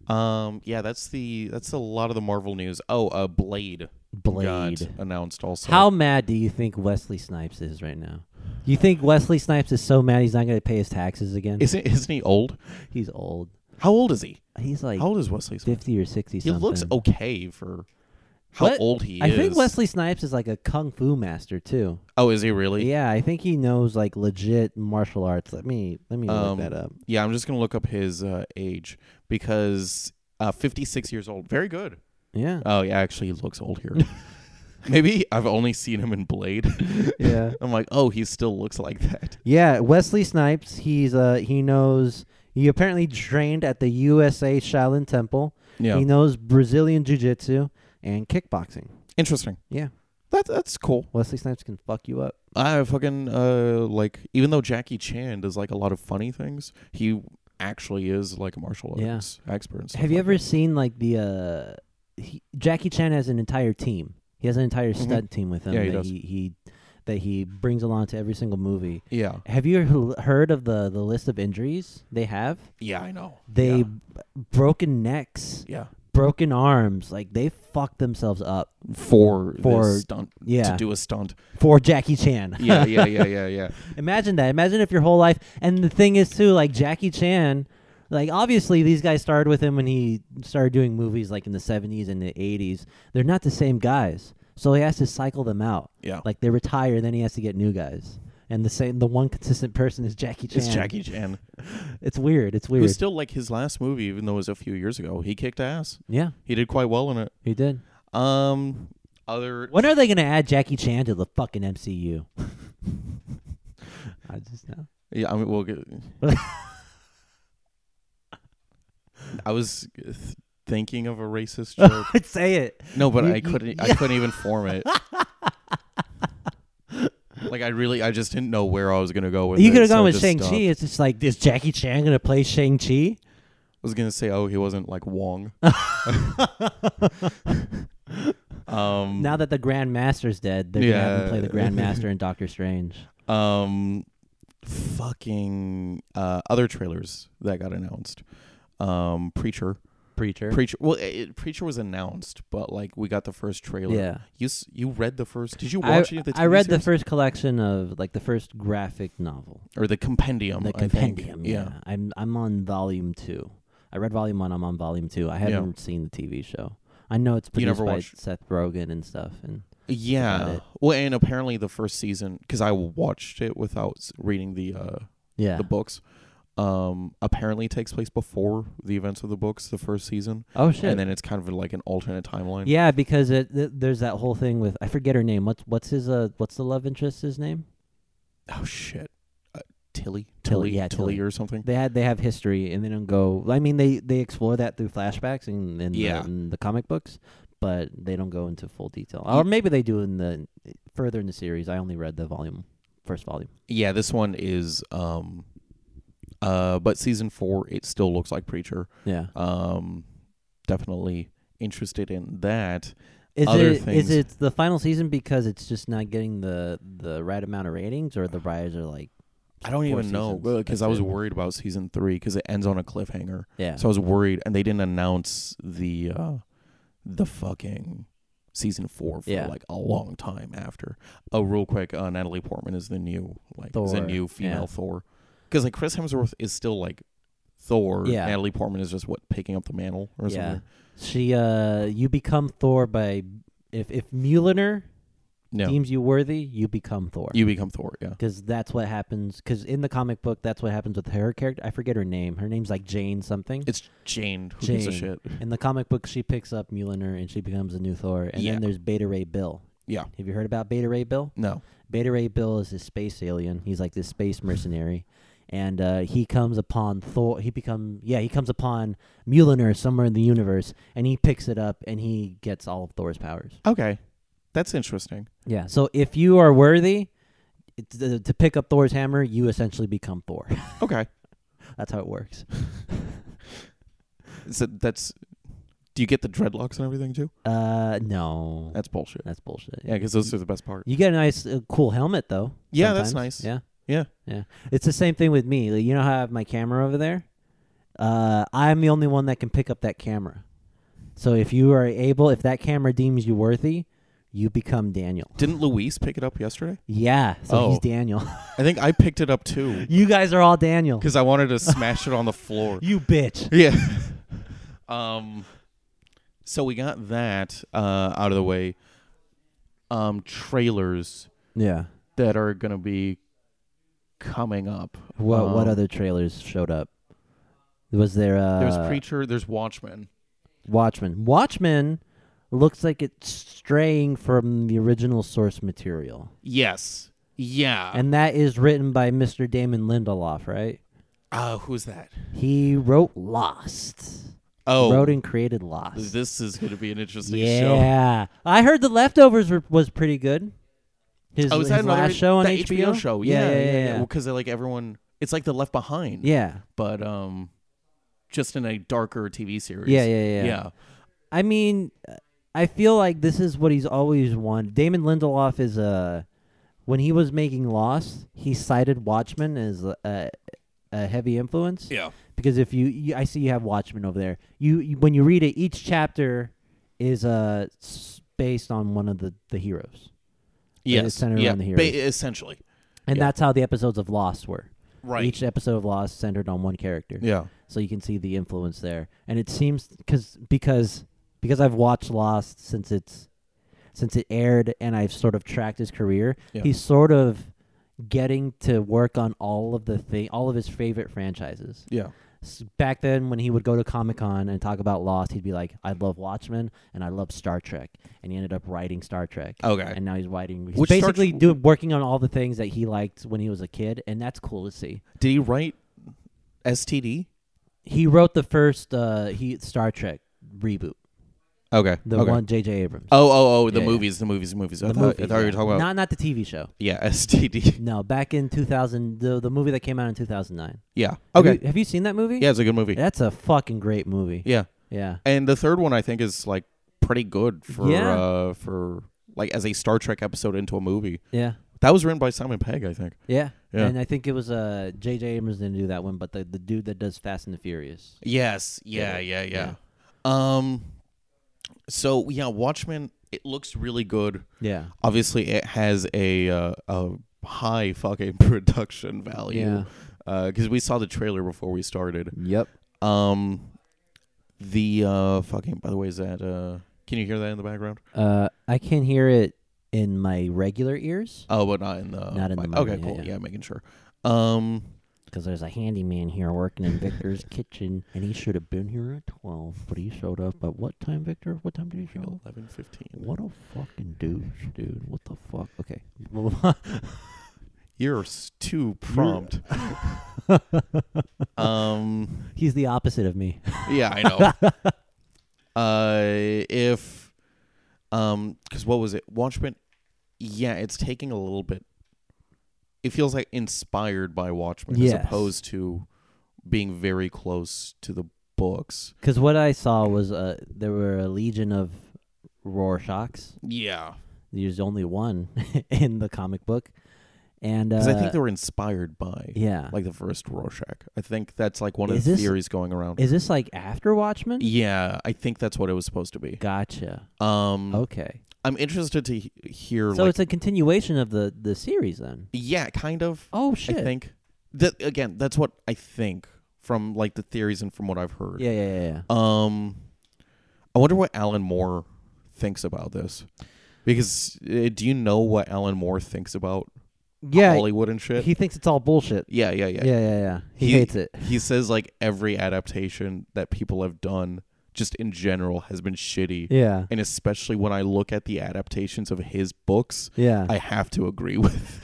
[SPEAKER 3] um yeah, that's the that's a lot of the Marvel news. Oh, uh Blade
[SPEAKER 2] Blade.
[SPEAKER 3] got announced also.
[SPEAKER 2] How mad do you think Wesley Snipes is right now? You think Wesley Snipes is so mad he's not gonna pay his taxes again?
[SPEAKER 3] isn't isn't he old?
[SPEAKER 2] he's old.
[SPEAKER 3] How old is he?
[SPEAKER 2] He's like
[SPEAKER 3] How old is Wesley Snipes?
[SPEAKER 2] fifty or sixty.
[SPEAKER 3] He looks
[SPEAKER 2] something.
[SPEAKER 3] okay for how
[SPEAKER 2] What?
[SPEAKER 3] old he
[SPEAKER 2] I
[SPEAKER 3] is.
[SPEAKER 2] think Wesley Snipes is like a kung fu master too.
[SPEAKER 3] Oh, is he really?
[SPEAKER 2] Yeah, I think he knows like legit martial arts. Let me let me
[SPEAKER 3] Um,
[SPEAKER 2] look that up.
[SPEAKER 3] Yeah, I'm just gonna look up his uh, age because uh, 56 years old. Very good.
[SPEAKER 2] Yeah,
[SPEAKER 3] Oh yeah, actually, he looks old here. Maybe I've only seen him in Blade.
[SPEAKER 2] yeah,
[SPEAKER 3] I'm like, oh, he still looks like that.
[SPEAKER 2] yeah. Wesley Snipes. He's uh he knows. He apparently trained at the USA Shaolin Temple.
[SPEAKER 3] Yeah,
[SPEAKER 2] He knows Brazilian Jiu Jitsu and kickboxing.
[SPEAKER 3] interesting.
[SPEAKER 2] Yeah,
[SPEAKER 3] That that's cool.
[SPEAKER 2] Wesley Snipes can fuck you up.
[SPEAKER 3] I fucking uh like even though Jackie Chan does like a lot of funny things, he actually is like a martial
[SPEAKER 2] Yeah.
[SPEAKER 3] arts expert. And stuff
[SPEAKER 2] Have you
[SPEAKER 3] like
[SPEAKER 2] ever
[SPEAKER 3] that.
[SPEAKER 2] seen like the uh, he, Jackie Chan has an entire team. He has an entire
[SPEAKER 3] Mhm.
[SPEAKER 2] stunt team with him
[SPEAKER 3] Yeah, he
[SPEAKER 2] that
[SPEAKER 3] does.
[SPEAKER 2] he, he that he brings along to every single movie.
[SPEAKER 3] Yeah,
[SPEAKER 2] Have you h- heard of the the list of injuries they have?
[SPEAKER 3] yeah, I know.
[SPEAKER 2] They
[SPEAKER 3] yeah.
[SPEAKER 2] b- broken necks,
[SPEAKER 3] yeah.
[SPEAKER 2] broken arms, like they fucked themselves up
[SPEAKER 3] for
[SPEAKER 2] For-
[SPEAKER 3] this stunt
[SPEAKER 2] yeah.
[SPEAKER 3] to do a stunt.
[SPEAKER 2] for Jackie Chan.
[SPEAKER 3] Yeah, yeah, yeah, yeah, yeah.
[SPEAKER 2] Imagine that. Imagine if your whole life and the thing is too like Jackie Chan like obviously these guys started with him when he started doing movies like in the 70s and the 80s. They're not the same guys. So he has to cycle them out.
[SPEAKER 3] Yeah.
[SPEAKER 2] Like they retire then he has to get new guys. And the same the one consistent person is Jackie Chan.
[SPEAKER 3] It's Jackie Chan,
[SPEAKER 2] It's weird. It's weird.
[SPEAKER 3] who's still like his last movie, even though it was a few years ago. He kicked ass.
[SPEAKER 2] yeah,
[SPEAKER 3] He did quite well in it.
[SPEAKER 2] he did.
[SPEAKER 3] Um, other
[SPEAKER 2] When are they going to add Jackie Chan to the fucking MCU? I just know.
[SPEAKER 3] Yeah, I mean, we'll get. I was th- thinking of a racist joke.
[SPEAKER 2] I'd say it.
[SPEAKER 3] no, but
[SPEAKER 2] You-
[SPEAKER 3] I
[SPEAKER 2] you-
[SPEAKER 3] couldn't. I couldn't even form it. like I really, I just didn't know where I was gonna go with.
[SPEAKER 2] you
[SPEAKER 3] it,
[SPEAKER 2] could have
[SPEAKER 3] so
[SPEAKER 2] gone
[SPEAKER 3] I
[SPEAKER 2] with
[SPEAKER 3] just
[SPEAKER 2] Shang Chi.
[SPEAKER 3] stopped.
[SPEAKER 2] It's just like, is Jackie Chan going to play Shang Chi?
[SPEAKER 3] I was gonna say, oh, he wasn't like Wong. um,
[SPEAKER 2] Now that the Grand Master's dead, they're going to have him play the
[SPEAKER 3] Yeah.
[SPEAKER 2] Grand Master and Doctor Strange.
[SPEAKER 3] um, fucking uh, other trailers that got announced. Um, Preacher,
[SPEAKER 2] Preacher.
[SPEAKER 3] Preacher. Well, it, Preacher was announced, but like we got the first trailer.
[SPEAKER 2] yeah.
[SPEAKER 3] You s- you read the first? Did you
[SPEAKER 2] I,
[SPEAKER 3] watch any of the? TV
[SPEAKER 2] I read the
[SPEAKER 3] series?
[SPEAKER 2] first collection of like the first graphic novel,
[SPEAKER 3] or the compendium.
[SPEAKER 2] the
[SPEAKER 3] Um, I think.
[SPEAKER 2] compendium.
[SPEAKER 3] Yeah.
[SPEAKER 2] I'm I'm on volume two. I read volume one. I'm on volume two. I haven't seen the TV show. I know it's
[SPEAKER 3] You
[SPEAKER 2] produced
[SPEAKER 3] never
[SPEAKER 2] by
[SPEAKER 3] watched-
[SPEAKER 2] Seth Rogen and stuff. And Got
[SPEAKER 3] Yeah.
[SPEAKER 2] it.
[SPEAKER 3] Well, and apparently the first season, because I watched it without s- reading the uh,
[SPEAKER 2] yeah,
[SPEAKER 3] the books. Um, apparently takes place before the events of the books, the first season,
[SPEAKER 2] Oh shit!
[SPEAKER 3] and then it's kind of like an alternate timeline.
[SPEAKER 2] yeah, because it, th- there's that whole thing with I forget her name. What's what's his uh what's the love interest's name?
[SPEAKER 3] Oh shit. Uh, Tilly,
[SPEAKER 2] Tilly, yeah,
[SPEAKER 3] Tilly,
[SPEAKER 2] Tilly.
[SPEAKER 3] or something.
[SPEAKER 2] They had they have history and they don't go. I mean they they explore that through flashbacks and in,
[SPEAKER 3] Yeah.
[SPEAKER 2] the, in the comic books, but they don't go into full detail. Or maybe they do in the further in the series. I only read the volume first volume.
[SPEAKER 3] Yeah, this one is um, uh, but season four, it still looks like Preacher.
[SPEAKER 2] Yeah.
[SPEAKER 3] Um, definitely interested in that.
[SPEAKER 2] Is
[SPEAKER 3] Other
[SPEAKER 2] it is
[SPEAKER 3] things-
[SPEAKER 2] it the final season because it's just not getting the the right amount of ratings or the writers are like
[SPEAKER 3] I don't
[SPEAKER 2] four
[SPEAKER 3] even know
[SPEAKER 2] seasons.
[SPEAKER 3] because I
[SPEAKER 2] That's
[SPEAKER 3] was
[SPEAKER 2] it.
[SPEAKER 3] worried about season three because it ends on a cliffhanger.
[SPEAKER 2] yeah
[SPEAKER 3] So I was worried, and they didn't announce the uh, the fucking season four for
[SPEAKER 2] Yeah.
[SPEAKER 3] like a long time after. Oh, real quick, uh, Natalie Portman is the new like is a
[SPEAKER 2] Thor,
[SPEAKER 3] new female
[SPEAKER 2] yeah.
[SPEAKER 3] Thor because like Chris Hemsworth is still like Thor.
[SPEAKER 2] Yeah.
[SPEAKER 3] Natalie Portman is just what picking up the mantle or
[SPEAKER 2] yeah
[SPEAKER 3] something.
[SPEAKER 2] she uh you become Thor by if if Mjolnir
[SPEAKER 3] Yeah.
[SPEAKER 2] deems you worthy, you become Thor.
[SPEAKER 3] You become Thor, yeah.
[SPEAKER 2] because that's what happens. Because in the comic book, that's what happens with her character. I forget her name. Her name's like Jane something.
[SPEAKER 3] It's Jane. Who gives a
[SPEAKER 2] Jane.
[SPEAKER 3] shit?
[SPEAKER 2] in the comic book, she picks up Mjolnir and she becomes a new Thor. And
[SPEAKER 3] Yeah.
[SPEAKER 2] then there's Beta Ray Bill.
[SPEAKER 3] Yeah.
[SPEAKER 2] Have you heard about Beta Ray Bill?
[SPEAKER 3] No.
[SPEAKER 2] Beta Ray Bill is this space alien. He's like this space mercenary, and uh, he comes upon Thor. He become yeah. He comes upon Mjolnir somewhere in the universe, and he picks it up and he gets all of Thor's powers.
[SPEAKER 3] Okay. That's interesting.
[SPEAKER 2] Yeah. So if you are worthy it's, uh, to pick up Thor's hammer, you essentially become Thor.
[SPEAKER 3] Okay.
[SPEAKER 2] That's how it works.
[SPEAKER 3] So that's. Do you get the dreadlocks and everything too?
[SPEAKER 2] Uh, no,
[SPEAKER 3] That's bullshit.
[SPEAKER 2] that's bullshit.
[SPEAKER 3] Yeah, because those are the best part.
[SPEAKER 2] You get a nice, uh, cool helmet though.
[SPEAKER 3] Yeah, that's
[SPEAKER 2] sometimes.
[SPEAKER 3] nice.
[SPEAKER 2] Yeah,
[SPEAKER 3] Yeah.
[SPEAKER 2] yeah. It's the same thing with me. Like, you know how I have my camera over there. Uh, I'm the only one that can pick up that camera. So if you are able, if that camera deems you worthy, you become Daniel.
[SPEAKER 3] Didn't Luis pick it up yesterday?
[SPEAKER 2] Yeah. So
[SPEAKER 3] Oh.
[SPEAKER 2] he's Daniel.
[SPEAKER 3] I think I picked it up too
[SPEAKER 2] you guys are all Daniel.
[SPEAKER 3] because I wanted to smash it on the floor.
[SPEAKER 2] You bitch.
[SPEAKER 3] Yeah. um. So we got that uh, out of the way. Um, trailers
[SPEAKER 2] Yeah.
[SPEAKER 3] that are gonna be coming up.
[SPEAKER 2] What What
[SPEAKER 3] Um,
[SPEAKER 2] other trailers showed up? Was there uh,
[SPEAKER 3] There's Preacher. There's Watchmen.
[SPEAKER 2] Watchmen? Watchmen looks like it's straying from the original source material,
[SPEAKER 3] Yes. Yeah.
[SPEAKER 2] and that is written by Mr. Damon Lindelof, right?
[SPEAKER 3] uh, who's that?
[SPEAKER 2] He wrote Lost,
[SPEAKER 3] Oh,
[SPEAKER 2] wrote and created Lost.
[SPEAKER 3] this is gonna be an interesting show.
[SPEAKER 2] yeah, I heard the leftovers were, was pretty good. His,
[SPEAKER 3] Oh, is that
[SPEAKER 2] his
[SPEAKER 3] another
[SPEAKER 2] last show on
[SPEAKER 3] that HBO? show? Yeah,
[SPEAKER 2] yeah, yeah. yeah.
[SPEAKER 3] Because like everyone, it's like the Left Behind.
[SPEAKER 2] Yeah.
[SPEAKER 3] But um, just in a darker TV series.
[SPEAKER 2] Yeah, yeah, yeah.
[SPEAKER 3] Yeah.
[SPEAKER 2] I mean, I feel like this is what he's always wanted. Damon Lindelof is a. When he was making Lost, he cited Watchmen as a, a heavy influence.
[SPEAKER 3] Yeah.
[SPEAKER 2] Because if you, you, I see you have Watchmen over there. You, you when you read it, each chapter is uh s- based on one of the the heroes,
[SPEAKER 3] Yes.
[SPEAKER 2] centered
[SPEAKER 3] yeah.
[SPEAKER 2] around the
[SPEAKER 3] ba-
[SPEAKER 2] heroes.
[SPEAKER 3] essentially.
[SPEAKER 2] and
[SPEAKER 3] Yeah.
[SPEAKER 2] that's how the episodes of Lost were.
[SPEAKER 3] Right.
[SPEAKER 2] Each episode of Lost centered on one character.
[SPEAKER 3] yeah.
[SPEAKER 2] so you can see the influence there. And it seems because because because I've watched Lost since it's since it aired, and I've sort of tracked his career.
[SPEAKER 3] Yeah.
[SPEAKER 2] He's sort of getting to work on all of the thing, all of his favorite franchises.
[SPEAKER 3] Yeah.
[SPEAKER 2] S- Back then, when he would go to Comic Con and talk about Lost, he'd be like, "I love Watchmen and I love Star Trek," and he ended up writing Star Trek.
[SPEAKER 3] Okay.
[SPEAKER 2] And now he's writing. He's
[SPEAKER 3] Which Star
[SPEAKER 2] basically
[SPEAKER 3] Trek-
[SPEAKER 2] doing working on all the things that he liked when he was a kid, and that's cool to see.
[SPEAKER 3] Did he write STD?
[SPEAKER 2] He wrote the first uh he Star Trek reboot,
[SPEAKER 3] Okay.
[SPEAKER 2] the
[SPEAKER 3] okay.
[SPEAKER 2] one J.J. Abrams.
[SPEAKER 3] Oh, oh, oh, the
[SPEAKER 2] Yeah, yeah.
[SPEAKER 3] movies, the movies, the movies. I
[SPEAKER 2] the
[SPEAKER 3] thought,
[SPEAKER 2] movie.
[SPEAKER 3] I thought you
[SPEAKER 2] yeah.
[SPEAKER 3] were talking about
[SPEAKER 2] not not the TV show.
[SPEAKER 3] yeah, STD.
[SPEAKER 2] No, back in 2000, the the movie that came out in 2009.
[SPEAKER 3] yeah.
[SPEAKER 2] Have
[SPEAKER 3] Okay.
[SPEAKER 2] you, have you seen that movie?
[SPEAKER 3] yeah, it's a good movie.
[SPEAKER 2] that's a fucking great movie.
[SPEAKER 3] Yeah.
[SPEAKER 2] Yeah,
[SPEAKER 3] And the third one I think is like pretty good for
[SPEAKER 2] Yeah.
[SPEAKER 3] uh for like as a Star Trek episode into a movie.
[SPEAKER 2] yeah,
[SPEAKER 3] That was written by Simon Pegg, I think.
[SPEAKER 2] yeah.
[SPEAKER 3] Yeah.
[SPEAKER 2] And I think it was uh J.J. Abrams didn't do that one, but the the dude that does Fast and the Furious.
[SPEAKER 3] Yes. Yeah, yeah, yeah. Um so yeah, Watchmen it looks really good.
[SPEAKER 2] Yeah,
[SPEAKER 3] Obviously it has a uh, a high fucking production value.
[SPEAKER 2] Yeah.
[SPEAKER 3] cuz we saw the trailer before we started.
[SPEAKER 2] yep.
[SPEAKER 3] Um, the uh, fucking. By the way, is that uh? Can you hear that in the background?
[SPEAKER 2] Uh, I can hear it in my regular ears
[SPEAKER 3] Oh, but not in the.
[SPEAKER 2] Not in the
[SPEAKER 3] mic.
[SPEAKER 2] mic,
[SPEAKER 3] Okay,
[SPEAKER 2] yeah,
[SPEAKER 3] cool. Yeah,
[SPEAKER 2] yeah.
[SPEAKER 3] making sure. Um,
[SPEAKER 2] because there's a handyman here working in Victor's kitchen, and he should have been here at twelve, but he showed up at what time, Victor? What time did he show up?
[SPEAKER 3] eleven fifteen.
[SPEAKER 2] What a fucking douche, dude. What the fuck? Okay.
[SPEAKER 3] You're s- too prompt. um.
[SPEAKER 2] He's the opposite of me.
[SPEAKER 3] Yeah, I know. uh, if um, because what was it? Watchmen. Yeah, it's taking a little bit. It feels like inspired by Watchmen as
[SPEAKER 2] Yes.
[SPEAKER 3] opposed to being very close to the books.
[SPEAKER 2] Because what I saw was uh, there were a legion of Rorschachs.
[SPEAKER 3] Yeah,
[SPEAKER 2] There's only one in the comic book. And uh,
[SPEAKER 3] because I think they were inspired by
[SPEAKER 2] yeah.
[SPEAKER 3] like the first Rorschach. I think that's like one of
[SPEAKER 2] Is
[SPEAKER 3] the
[SPEAKER 2] this-
[SPEAKER 3] theories going around.
[SPEAKER 2] Is this like after Watchmen?
[SPEAKER 3] yeah, I think that's what it was supposed to be.
[SPEAKER 2] Gotcha.
[SPEAKER 3] Um,
[SPEAKER 2] Okay.
[SPEAKER 3] I'm interested to he- hear.
[SPEAKER 2] So
[SPEAKER 3] like,
[SPEAKER 2] it's a continuation of the, the series then.
[SPEAKER 3] yeah, kind of.
[SPEAKER 2] Oh, shit.
[SPEAKER 3] I think that again, that's what I think from like the theories and from what I've heard.
[SPEAKER 2] Yeah, yeah, yeah, yeah.
[SPEAKER 3] Um, I wonder what Alan Moore thinks about this. Because uh, do you know what Alan Moore thinks about
[SPEAKER 2] Yeah,
[SPEAKER 3] Hollywood and shit?
[SPEAKER 2] he thinks it's all bullshit.
[SPEAKER 3] yeah, yeah, yeah.
[SPEAKER 2] Yeah, yeah, yeah. He, hates it.
[SPEAKER 3] He says like every adaptation that people have done, just in general, has been shitty.
[SPEAKER 2] Yeah,
[SPEAKER 3] And especially when I look at the adaptations of his books,
[SPEAKER 2] yeah.
[SPEAKER 3] I have to agree with.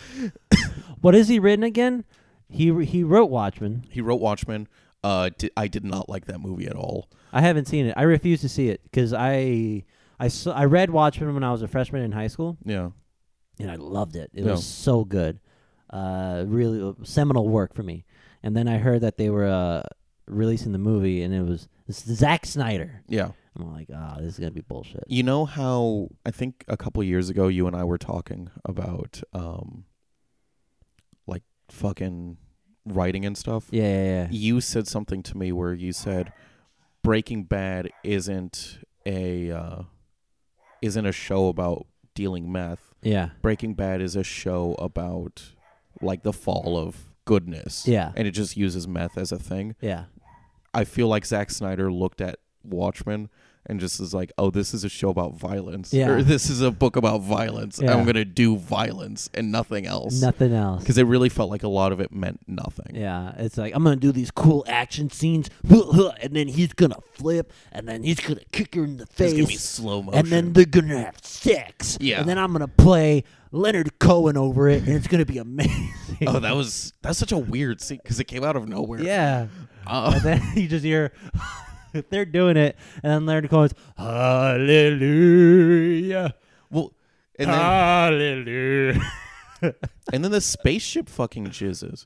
[SPEAKER 2] what has he written again? He he wrote Watchmen.
[SPEAKER 3] He wrote Watchmen. Uh, di- I did not like that movie at all.
[SPEAKER 2] I haven't seen it. I refuse to see it because I I saw, I read Watchmen when I was a freshman in high school,
[SPEAKER 3] Yeah,
[SPEAKER 2] and I loved it. It
[SPEAKER 3] Yeah.
[SPEAKER 2] was so good, uh, really a seminal work for me. And then I heard that they were uh, releasing the movie, and it was it's Zack Snyder.
[SPEAKER 3] yeah.
[SPEAKER 2] I'm like, ah, this is gonna be bullshit.
[SPEAKER 3] You know how I think a couple years ago you and I were talking about um, like fucking writing and stuff.
[SPEAKER 2] Yeah, yeah, yeah.
[SPEAKER 3] you said something to me where you said Breaking Bad isn't a uh, isn't a show about dealing meth.
[SPEAKER 2] yeah.
[SPEAKER 3] Breaking Bad is a show about like the fall of goodness.
[SPEAKER 2] Yeah.
[SPEAKER 3] And it just uses meth as a thing.
[SPEAKER 2] Yeah.
[SPEAKER 3] I feel like Zack Snyder looked at Watchmen and just is like, "Oh, this is a show about violence.
[SPEAKER 2] Yeah.
[SPEAKER 3] Or this is a book about violence.
[SPEAKER 2] Yeah.
[SPEAKER 3] I'm going to do violence and nothing else."
[SPEAKER 2] Nothing else.
[SPEAKER 3] Cuz it really felt like a lot of it meant nothing.
[SPEAKER 2] Yeah, it's like I'm gonna do these cool action scenes, and then he's gonna flip, and then he's gonna kick her in the
[SPEAKER 3] It's going to be
[SPEAKER 2] face,
[SPEAKER 3] slow motion.
[SPEAKER 2] and then they're gonna have sex.
[SPEAKER 3] Yeah.
[SPEAKER 2] and then I'm gonna play Leonard Cohen over it, and it's gonna be amazing.
[SPEAKER 3] Oh, that was that's such a weird scene because it came out of nowhere.
[SPEAKER 2] yeah,
[SPEAKER 3] Uh,
[SPEAKER 2] and then you just hear they're doing it, and then Leonard Cohen's Hallelujah,
[SPEAKER 3] well, and then,
[SPEAKER 2] Hallelujah.
[SPEAKER 3] and then the spaceship fucking jizzes.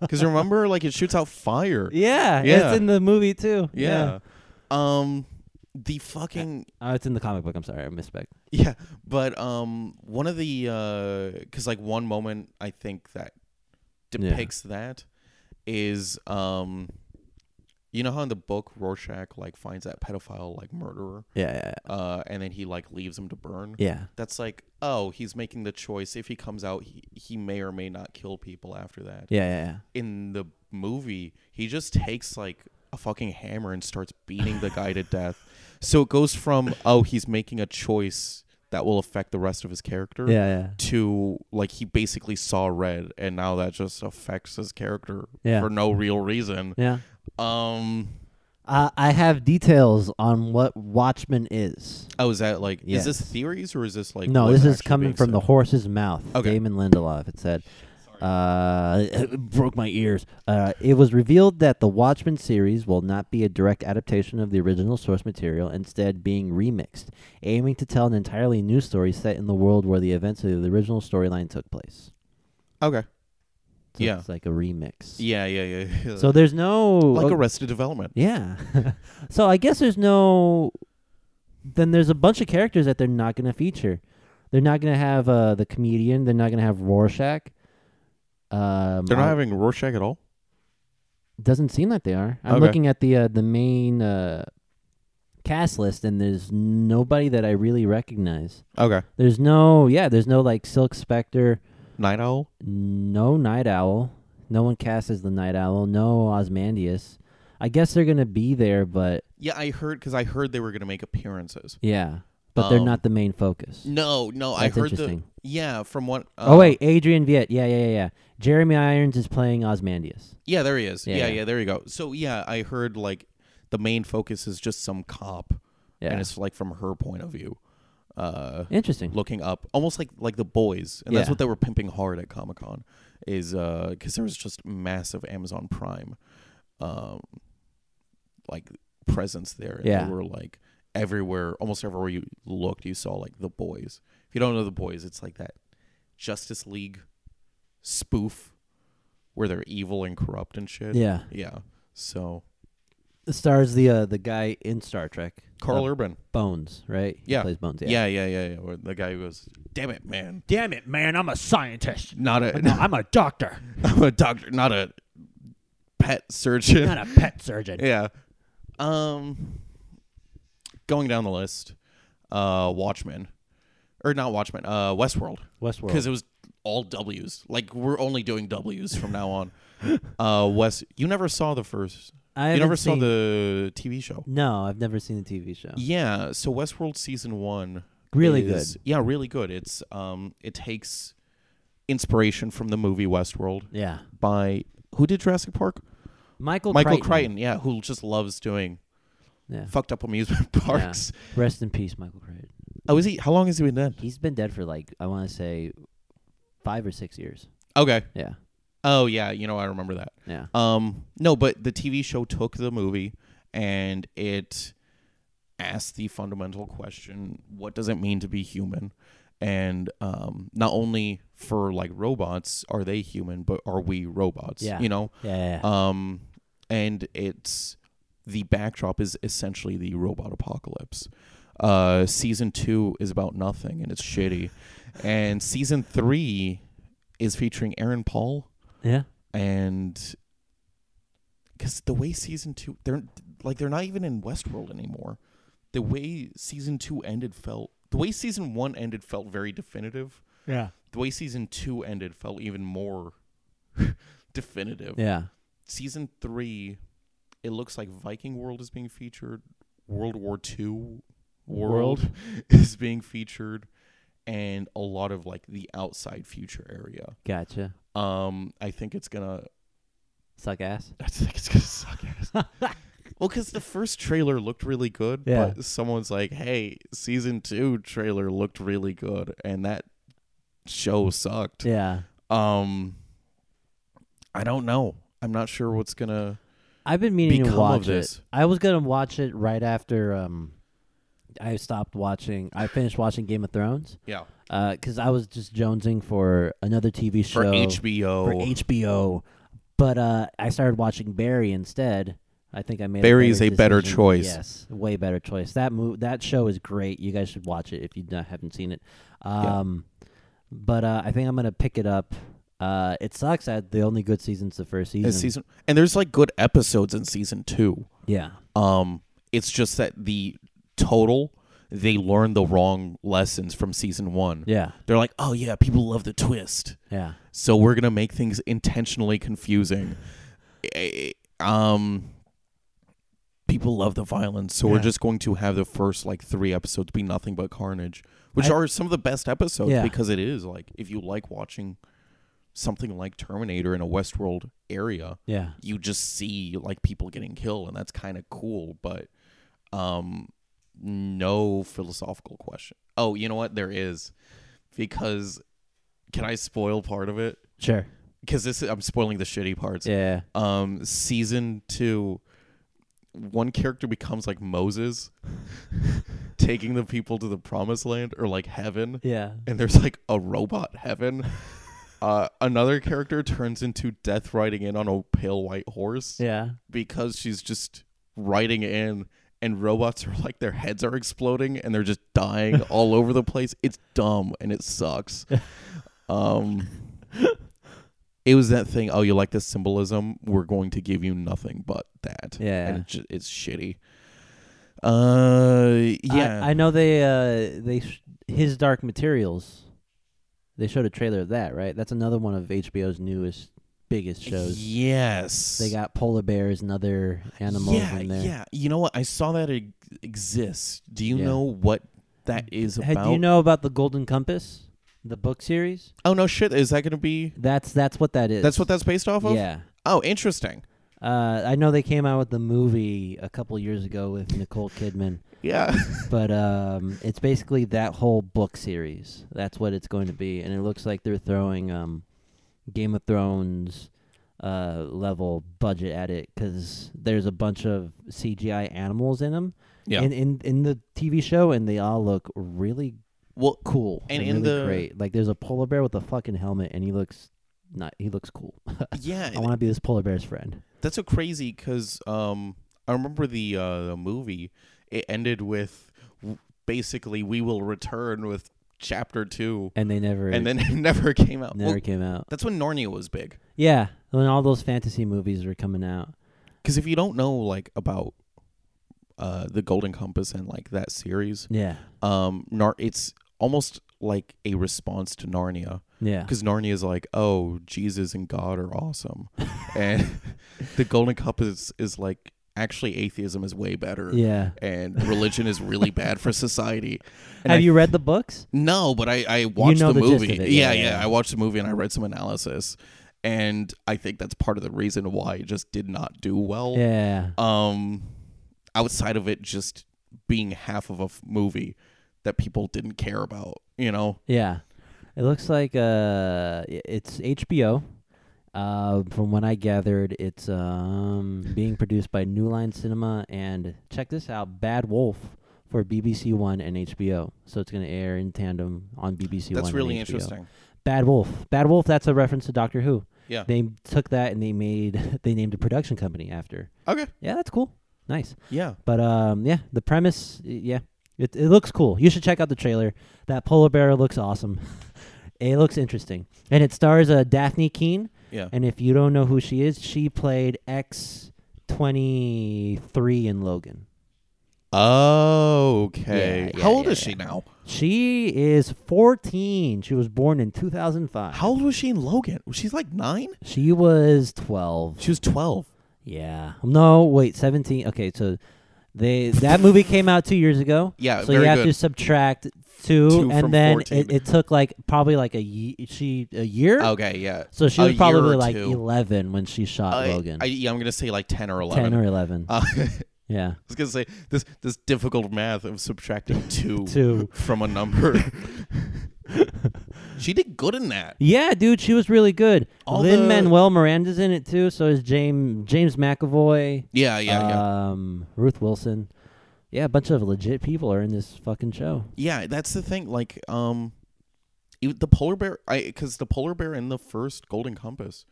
[SPEAKER 3] Because remember, like it shoots out fire.
[SPEAKER 2] Yeah,
[SPEAKER 3] Yeah.
[SPEAKER 2] it's in the movie too.
[SPEAKER 3] Yeah. Um, the fucking
[SPEAKER 2] Uh, it's in the comic book. I'm sorry, I misspoke.
[SPEAKER 3] yeah, but um, one of the uh, because like one moment I think that
[SPEAKER 2] Yeah.
[SPEAKER 3] depicts that is um, you know how in the book Rorschach like finds that pedophile like murderer,
[SPEAKER 2] Yeah, yeah,
[SPEAKER 3] uh, and then he like leaves him to burn.
[SPEAKER 2] yeah.
[SPEAKER 3] that's like oh he's making the choice if he comes out he, he may or may not kill people after that
[SPEAKER 2] Yeah, yeah, yeah.
[SPEAKER 3] in the movie he just takes like a fucking hammer and starts beating the guy to death so it goes from oh he's making a choice that will affect the rest of his character
[SPEAKER 2] Yeah, yeah.
[SPEAKER 3] to like he basically saw red and now that just affects his character
[SPEAKER 2] Yeah.
[SPEAKER 3] for no real reason
[SPEAKER 2] Yeah.
[SPEAKER 3] um
[SPEAKER 2] Uh, I have details on what Watchmen is.
[SPEAKER 3] oh is that like is this
[SPEAKER 2] Yes.
[SPEAKER 3] theories or is this like
[SPEAKER 2] no,
[SPEAKER 3] what's
[SPEAKER 2] this is
[SPEAKER 3] actually
[SPEAKER 2] coming
[SPEAKER 3] being
[SPEAKER 2] from the
[SPEAKER 3] said?
[SPEAKER 2] horse's mouth.
[SPEAKER 3] Okay.
[SPEAKER 2] Damon Lindelof. It said, uh, it broke my ears. Uh, it was revealed that the Watchmen series will not be a direct adaptation of the original source material, instead being remixed, aiming to tell an entirely new story set in the world where the events of the original storyline took place.
[SPEAKER 3] okay
[SPEAKER 2] So
[SPEAKER 3] Yeah.
[SPEAKER 2] it's like a remix.
[SPEAKER 3] yeah yeah yeah, yeah.
[SPEAKER 2] So there's no
[SPEAKER 3] like Arrested Development.
[SPEAKER 2] Yeah. so I guess there's no. Then there's a bunch of characters that they're not going to feature. They're not going to have uh, the comedian. They're not going to have Rorschach. Um,
[SPEAKER 3] They're not
[SPEAKER 2] I-
[SPEAKER 3] having Rorschach at all.
[SPEAKER 2] doesn't seem like they are. I'm
[SPEAKER 3] Okay.
[SPEAKER 2] looking at the uh, the main uh, cast list, and there's nobody that I really recognize.
[SPEAKER 3] Okay.
[SPEAKER 2] There's no, yeah, there's no like Silk Spectre,
[SPEAKER 3] Night Owl.
[SPEAKER 2] no Night Owl, no one cast as the Night Owl, no Osmandius. I guess they're gonna be there, but
[SPEAKER 3] Yeah, I heard because I heard they were gonna make appearances.
[SPEAKER 2] Yeah, but they're
[SPEAKER 3] Um,
[SPEAKER 2] not the main focus.
[SPEAKER 3] No, no,
[SPEAKER 2] That's
[SPEAKER 3] I heard the
[SPEAKER 2] interesting.
[SPEAKER 3] yeah from what. Uh,
[SPEAKER 2] oh wait, Adrian Viet. Yeah, yeah, yeah, yeah. Jeremy Irons is playing Osmandius.
[SPEAKER 3] yeah, there he is. Yeah,
[SPEAKER 2] Yeah,
[SPEAKER 3] yeah,
[SPEAKER 2] yeah.
[SPEAKER 3] there you go. So yeah, I heard like the main focus is just some cop,
[SPEAKER 2] Yeah,
[SPEAKER 3] and it's like from her point of view, uh,
[SPEAKER 2] interesting.
[SPEAKER 3] looking up, almost like like the boys, and that's
[SPEAKER 2] Yeah.
[SPEAKER 3] what they were pimping hard at Comic Con, is because there was just massive Amazon Prime, um, like presence there. And
[SPEAKER 2] Yeah.
[SPEAKER 3] they were like everywhere, almost everywhere you looked, you saw like the boys. If you don't know the boys, it's like that Justice League spoof where they're evil and corrupt and shit.
[SPEAKER 2] Yeah,
[SPEAKER 3] yeah. So
[SPEAKER 2] it stars the uh, the guy in Star Trek,
[SPEAKER 3] Carl
[SPEAKER 2] uh,
[SPEAKER 3] Urban.
[SPEAKER 2] Bones, right? He
[SPEAKER 3] Yeah.
[SPEAKER 2] plays Bones. Yeah.
[SPEAKER 3] Yeah, yeah, yeah, yeah. Where the guy who goes, "Damn it, man!
[SPEAKER 4] Damn it, man, I'm a scientist.
[SPEAKER 3] Not a
[SPEAKER 4] No, I'm a doctor,
[SPEAKER 3] I'm a doctor, not a pet surgeon.
[SPEAKER 4] not a pet surgeon.
[SPEAKER 3] yeah. Um, going down the list, uh, Watchmen, or not Watchmen, uh, Westworld, because
[SPEAKER 2] Westworld.
[SPEAKER 3] it was all W's. Like we're only doing W's from now on. uh, West, you never saw the first.
[SPEAKER 2] I
[SPEAKER 3] You never
[SPEAKER 2] haven't
[SPEAKER 3] saw
[SPEAKER 2] seen-
[SPEAKER 3] the TV show.
[SPEAKER 2] No, I've never seen the TV show.
[SPEAKER 3] Yeah, so Westworld season one
[SPEAKER 2] Really
[SPEAKER 3] is-
[SPEAKER 2] good.
[SPEAKER 3] Yeah, really good. It's um, it takes inspiration from the movie Westworld
[SPEAKER 2] Yeah.
[SPEAKER 3] by who did Jurassic Park?
[SPEAKER 2] Michael
[SPEAKER 3] Michael
[SPEAKER 2] Crichton.
[SPEAKER 3] Crichton. yeah, who just loves doing
[SPEAKER 2] Yeah.
[SPEAKER 3] fucked up amusement parks.
[SPEAKER 2] Rest in peace, Michael Crichton.
[SPEAKER 3] Oh, is he? How long has he been dead?
[SPEAKER 2] He's been dead for like I want to say five or six years.
[SPEAKER 3] Okay.
[SPEAKER 2] Yeah.
[SPEAKER 3] Oh yeah, you know I remember that.
[SPEAKER 2] Yeah.
[SPEAKER 3] Um, no, but the TV show took the movie and it asked the fundamental question: What does it mean to be human? And um, not only for like robots are they human, but are we robots?
[SPEAKER 2] Yeah.
[SPEAKER 3] You know.
[SPEAKER 2] Yeah. yeah, yeah.
[SPEAKER 3] Um, and it's the backdrop is essentially the robot apocalypse. Uh, season two is about nothing and it's shitty, and season three is featuring Aaron Paul
[SPEAKER 2] yeah.
[SPEAKER 3] and because the way season two they're like they're not even in westworld anymore the way season two ended felt the way season one ended felt very definitive
[SPEAKER 4] Yeah.
[SPEAKER 3] the way season two ended felt even more definitive
[SPEAKER 2] Yeah.
[SPEAKER 3] season three it looks like viking world is being featured world war two world
[SPEAKER 2] World.
[SPEAKER 3] is being featured and a lot of like the outside future area
[SPEAKER 2] Gotcha.
[SPEAKER 3] um i think it's gonna
[SPEAKER 2] Suck ass.
[SPEAKER 3] I think it's gonna suck ass. well, because the first trailer looked really good,
[SPEAKER 2] Yeah.
[SPEAKER 3] but someone's like, "Hey, season two trailer looked really good," and that show sucked.
[SPEAKER 2] Yeah.
[SPEAKER 3] Um, I don't know. I'm not sure what's gonna.
[SPEAKER 2] I've been meaning
[SPEAKER 3] Become
[SPEAKER 2] to
[SPEAKER 3] of
[SPEAKER 2] watch
[SPEAKER 3] this.
[SPEAKER 2] it. I was gonna watch it right after um, I stopped watching. I finished watching Game of Thrones
[SPEAKER 3] Yeah,
[SPEAKER 2] because I was just jonesing for another TV show
[SPEAKER 3] for HBO.
[SPEAKER 2] for HBO. But uh, I started watching Barry instead. I think I made
[SPEAKER 3] Barry
[SPEAKER 2] a
[SPEAKER 3] is a better
[SPEAKER 2] decision.
[SPEAKER 3] choice.
[SPEAKER 2] Yes, way better choice. That mo- that show is great. You guys should watch it if you not, haven't seen it.
[SPEAKER 3] Yeah.
[SPEAKER 2] Um, But uh, I think I'm gonna pick it up. Uh, it sucks that the only good season's the first season.
[SPEAKER 3] And season and there's like good episodes in season two.
[SPEAKER 2] Yeah,
[SPEAKER 3] Um, it's just that the total they learned the wrong lessons from season one.
[SPEAKER 2] yeah,
[SPEAKER 3] They're like, "Oh yeah, people love the twist."
[SPEAKER 2] yeah.
[SPEAKER 3] so we're gonna make things intentionally confusing. Eh, um, people love the violence, so we're
[SPEAKER 2] Yeah.
[SPEAKER 3] just going to have the first like three episodes be nothing but carnage, which
[SPEAKER 2] I-
[SPEAKER 3] are some of the best episodes
[SPEAKER 2] Yeah.
[SPEAKER 3] because it is like if you like watching something like Terminator in a Westworld area,
[SPEAKER 2] Yeah.
[SPEAKER 3] you just see like people getting killed, and that's kind of cool, but um, no philosophical question. Oh, you know what? There is because can I spoil part of it?
[SPEAKER 2] Sure.
[SPEAKER 3] because this I'm spoiling the shitty parts.
[SPEAKER 2] Yeah.
[SPEAKER 3] Um, season two, one character becomes like Moses, taking the people to the promised land or like heaven,
[SPEAKER 2] Yeah.
[SPEAKER 3] and there's like a robot heaven. Uh, another character turns into death riding in on a pale white horse
[SPEAKER 2] Yeah.
[SPEAKER 3] because she's just riding in and robots are like their heads are exploding and they're just dying all over the place. It's dumb and it sucks. Um it was that thing, oh you like this symbolism, we're going to give you nothing but that.
[SPEAKER 2] Yeah.
[SPEAKER 3] And it ju- it's shitty. Uh yeah.
[SPEAKER 2] I, I know they uh they sh- his Dark Materials. They showed a trailer of that, right? That's another one of HBO's newest biggest shows.
[SPEAKER 3] Yes.
[SPEAKER 2] They got polar bears and other animals
[SPEAKER 3] yeah,
[SPEAKER 2] in there.
[SPEAKER 3] Yeah. You know what? I saw that it exists. Do you
[SPEAKER 2] Yeah.
[SPEAKER 3] know what that is
[SPEAKER 2] Hey,
[SPEAKER 3] about?
[SPEAKER 2] do you know about the Golden Compass, the book series?
[SPEAKER 3] oh no shit, is that gonna be
[SPEAKER 2] That's that's what that is.
[SPEAKER 3] That's what that's based off of?
[SPEAKER 2] Yeah.
[SPEAKER 3] Oh, interesting.
[SPEAKER 2] Uh, I know they came out with the movie a couple years ago with Nicole Kidman,
[SPEAKER 3] Yeah.
[SPEAKER 2] but um, it's basically that whole book series. That's what it's going to be, and it looks like they're throwing um, Game of Thrones uh, level budget at it because there's a bunch of CGI animals in them
[SPEAKER 3] Yeah.
[SPEAKER 2] in, in in the TV show, and they all look really
[SPEAKER 3] well,
[SPEAKER 2] cool
[SPEAKER 3] And
[SPEAKER 2] and,
[SPEAKER 3] in
[SPEAKER 2] really
[SPEAKER 3] the-
[SPEAKER 2] great. Like there's a polar bear with a fucking helmet, and he looks not he looks cool.
[SPEAKER 3] yeah,
[SPEAKER 2] I want to be this polar bear's friend.
[SPEAKER 3] that's so crazy because um, I remember the uh, the movie. It ended with w- basically we will return with chapter two,
[SPEAKER 2] And they never
[SPEAKER 3] and then it never came out.
[SPEAKER 2] never
[SPEAKER 3] Well,
[SPEAKER 2] came out.
[SPEAKER 3] that's when Narnia was big.
[SPEAKER 2] Yeah, when all those fantasy movies were coming out.
[SPEAKER 3] Because if you don't know like about uh, the Golden Compass and like that series,
[SPEAKER 2] Yeah,
[SPEAKER 3] um, Nar- it's almost like a response to Narnia.
[SPEAKER 2] yeah.
[SPEAKER 3] because Narnia is like, oh, Jesus and God are awesome, and the Golden Cup is is like actually atheism is way better.
[SPEAKER 2] Yeah.
[SPEAKER 3] And religion is really bad for society. And
[SPEAKER 2] Have
[SPEAKER 3] I
[SPEAKER 2] you read the books?
[SPEAKER 3] No, but I, I watched
[SPEAKER 2] know
[SPEAKER 3] the
[SPEAKER 2] the gist of
[SPEAKER 3] movie.
[SPEAKER 2] it, yeah,
[SPEAKER 3] Yeah, yeah,
[SPEAKER 2] yeah.
[SPEAKER 3] I watched the movie and I read some analysis. And I think that's part of the reason why it just did not do well.
[SPEAKER 2] Yeah.
[SPEAKER 3] Um, outside of it just being half of a f- movie that people didn't care about, you know?
[SPEAKER 2] Yeah. It looks like uh i- it's HBO. Uh, from what I gathered, it's um being produced by New Line Cinema and check this out, Bad Wolf for BBC One and HBO. So it's gonna air in tandem on BBC One.
[SPEAKER 3] that's
[SPEAKER 2] and
[SPEAKER 3] really
[SPEAKER 2] HBO.
[SPEAKER 3] interesting.
[SPEAKER 2] Bad Wolf. Bad Wolf. That's a reference to Doctor Who.
[SPEAKER 3] Yeah.
[SPEAKER 2] They took that and they made they named a production company after.
[SPEAKER 3] Okay.
[SPEAKER 2] Yeah, that's cool. Nice.
[SPEAKER 3] Yeah.
[SPEAKER 2] But um, yeah, the premise, y- yeah, it it looks cool. You should check out the trailer. That polar bear looks awesome. it looks interesting, and it stars uh, Daphne Keene.
[SPEAKER 3] Yeah.
[SPEAKER 2] And if you don't know who she is, she played X twenty three in Logan.
[SPEAKER 3] Okay.
[SPEAKER 2] Yeah, yeah,
[SPEAKER 3] Oh, How old
[SPEAKER 2] yeah,
[SPEAKER 3] is she
[SPEAKER 2] yeah.
[SPEAKER 3] now?
[SPEAKER 2] She is fourteen. She was born in two thousand five.
[SPEAKER 3] How old was she in Logan? Was she like nine?
[SPEAKER 2] She was twelve.
[SPEAKER 3] She was 12.
[SPEAKER 2] Yeah. No, wait, 17. Okay, so they that movie came out 2 years ago.
[SPEAKER 3] Yeah,
[SPEAKER 2] So
[SPEAKER 3] Uh, very
[SPEAKER 2] you have
[SPEAKER 3] good.
[SPEAKER 2] to subtract 2,
[SPEAKER 3] Two from
[SPEAKER 2] and then
[SPEAKER 3] 14.
[SPEAKER 2] it, it took like probably like a ye- she a year.
[SPEAKER 3] Okay, yeah.
[SPEAKER 2] so she
[SPEAKER 3] a
[SPEAKER 2] was
[SPEAKER 3] year
[SPEAKER 2] probably
[SPEAKER 3] or
[SPEAKER 2] like
[SPEAKER 3] two.
[SPEAKER 2] 11 when she shot
[SPEAKER 3] I,
[SPEAKER 2] Logan.
[SPEAKER 3] I, yeah, I'm going to say like 10 or 11.
[SPEAKER 2] 10 or 11.
[SPEAKER 3] Uh, I
[SPEAKER 2] yeah.
[SPEAKER 3] was going to say this this difficult math of subtracting two,
[SPEAKER 2] 2.
[SPEAKER 3] from a number. she did good in that.
[SPEAKER 2] Yeah, dude, she was really good.
[SPEAKER 3] All
[SPEAKER 2] Lin
[SPEAKER 3] the-
[SPEAKER 2] Manuel Miranda's in it too, so is James James McAvoy.
[SPEAKER 3] Yeah, yeah, yeah.
[SPEAKER 2] um Ruth Wilson. Yeah, a bunch of legit people are in this fucking show.
[SPEAKER 3] Yeah, that's the thing. Like, um, it- the polar bear, I because the polar bear in the first Golden Compass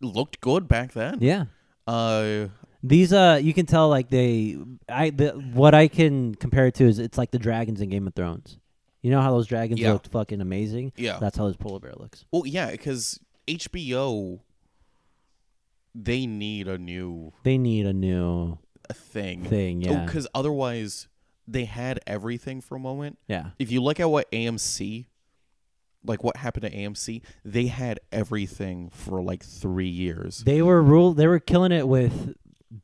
[SPEAKER 3] looked good back then.
[SPEAKER 2] Yeah.
[SPEAKER 3] Uh,
[SPEAKER 2] These uh, you can tell like they, I the what I can compare it to is it's like the dragons in Game of Thrones. You know how those dragons
[SPEAKER 3] Yeah.
[SPEAKER 2] looked fucking amazing.
[SPEAKER 3] Yeah.
[SPEAKER 2] that's how his polar bear looks.
[SPEAKER 3] well, yeah, because HBO, they need a new
[SPEAKER 2] They need a new
[SPEAKER 3] thing.
[SPEAKER 2] thing. Yeah,
[SPEAKER 3] Because otherwise, they had everything for a moment.
[SPEAKER 2] yeah,
[SPEAKER 3] If you look at what AMC, like what happened to AMC, they had everything for like three years.
[SPEAKER 2] they were rule. They were killing it with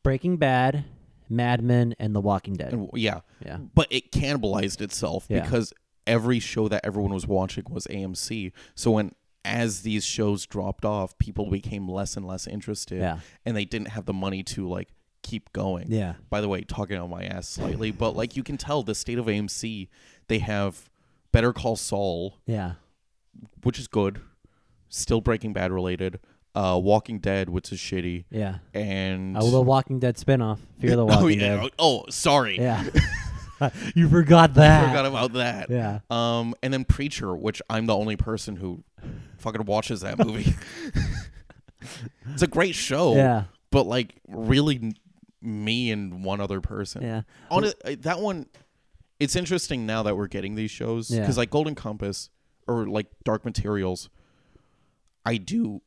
[SPEAKER 2] Breaking Bad, Mad Men, and The Walking Dead.
[SPEAKER 3] And, yeah.
[SPEAKER 2] Yeah.
[SPEAKER 3] But it cannibalized itself
[SPEAKER 2] Yeah.
[SPEAKER 3] because every show that everyone was watching was AMC. So when as these shows dropped off, people became less and less interested
[SPEAKER 2] Yeah.
[SPEAKER 3] and they didn't have the money to like keep going.
[SPEAKER 2] Yeah.
[SPEAKER 3] By the way, talking on my ass slightly, but like you can tell the state of AMC, they have Better Call Saul,
[SPEAKER 2] yeah,
[SPEAKER 3] which is good, still Breaking Bad related, uh Walking Dead, which is shitty,
[SPEAKER 2] yeah.
[SPEAKER 3] and
[SPEAKER 2] Oh, The Walking Dead spinoff, Fear the
[SPEAKER 3] Oh,
[SPEAKER 2] Walking
[SPEAKER 3] yeah.
[SPEAKER 2] Dead.
[SPEAKER 3] oh, sorry.
[SPEAKER 2] Yeah, you forgot that.
[SPEAKER 3] Forgot about that.
[SPEAKER 2] yeah.
[SPEAKER 3] Um, and then Preacher, which I'm the only person who fucking watches that movie. it's a great show.
[SPEAKER 2] Yeah.
[SPEAKER 3] But like, really, n- me and one other person.
[SPEAKER 2] Yeah.
[SPEAKER 3] Honest, that one. It's interesting now that we're getting these shows
[SPEAKER 2] Yeah.
[SPEAKER 3] because, like, Golden Compass or like Dark Materials, I do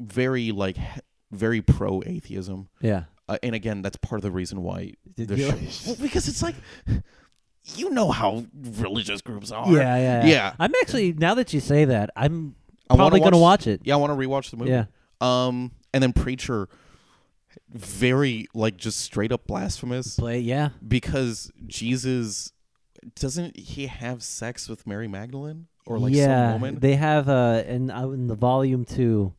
[SPEAKER 3] very like he- very pro atheism.
[SPEAKER 2] Yeah.
[SPEAKER 3] Uh, and again, that's part of the reason why
[SPEAKER 2] Did
[SPEAKER 3] the
[SPEAKER 2] you-
[SPEAKER 3] show. Well, because it's like, you know how religious groups are.
[SPEAKER 2] Yeah, yeah,
[SPEAKER 3] Yeah.
[SPEAKER 2] I'm actually now that you say that, I'm
[SPEAKER 3] I wanna
[SPEAKER 2] probably gonna
[SPEAKER 3] watch-
[SPEAKER 2] watch it.
[SPEAKER 3] Yeah, I want to rewatch the movie.
[SPEAKER 2] Yeah.
[SPEAKER 3] Um, and then Preacher, very like just straight up blasphemous
[SPEAKER 2] Play, yeah,
[SPEAKER 3] because Jesus doesn't he have sex with Mary Magdalene or like
[SPEAKER 2] yeah.
[SPEAKER 3] some woman?
[SPEAKER 2] They have uh, in uh, in the volume two,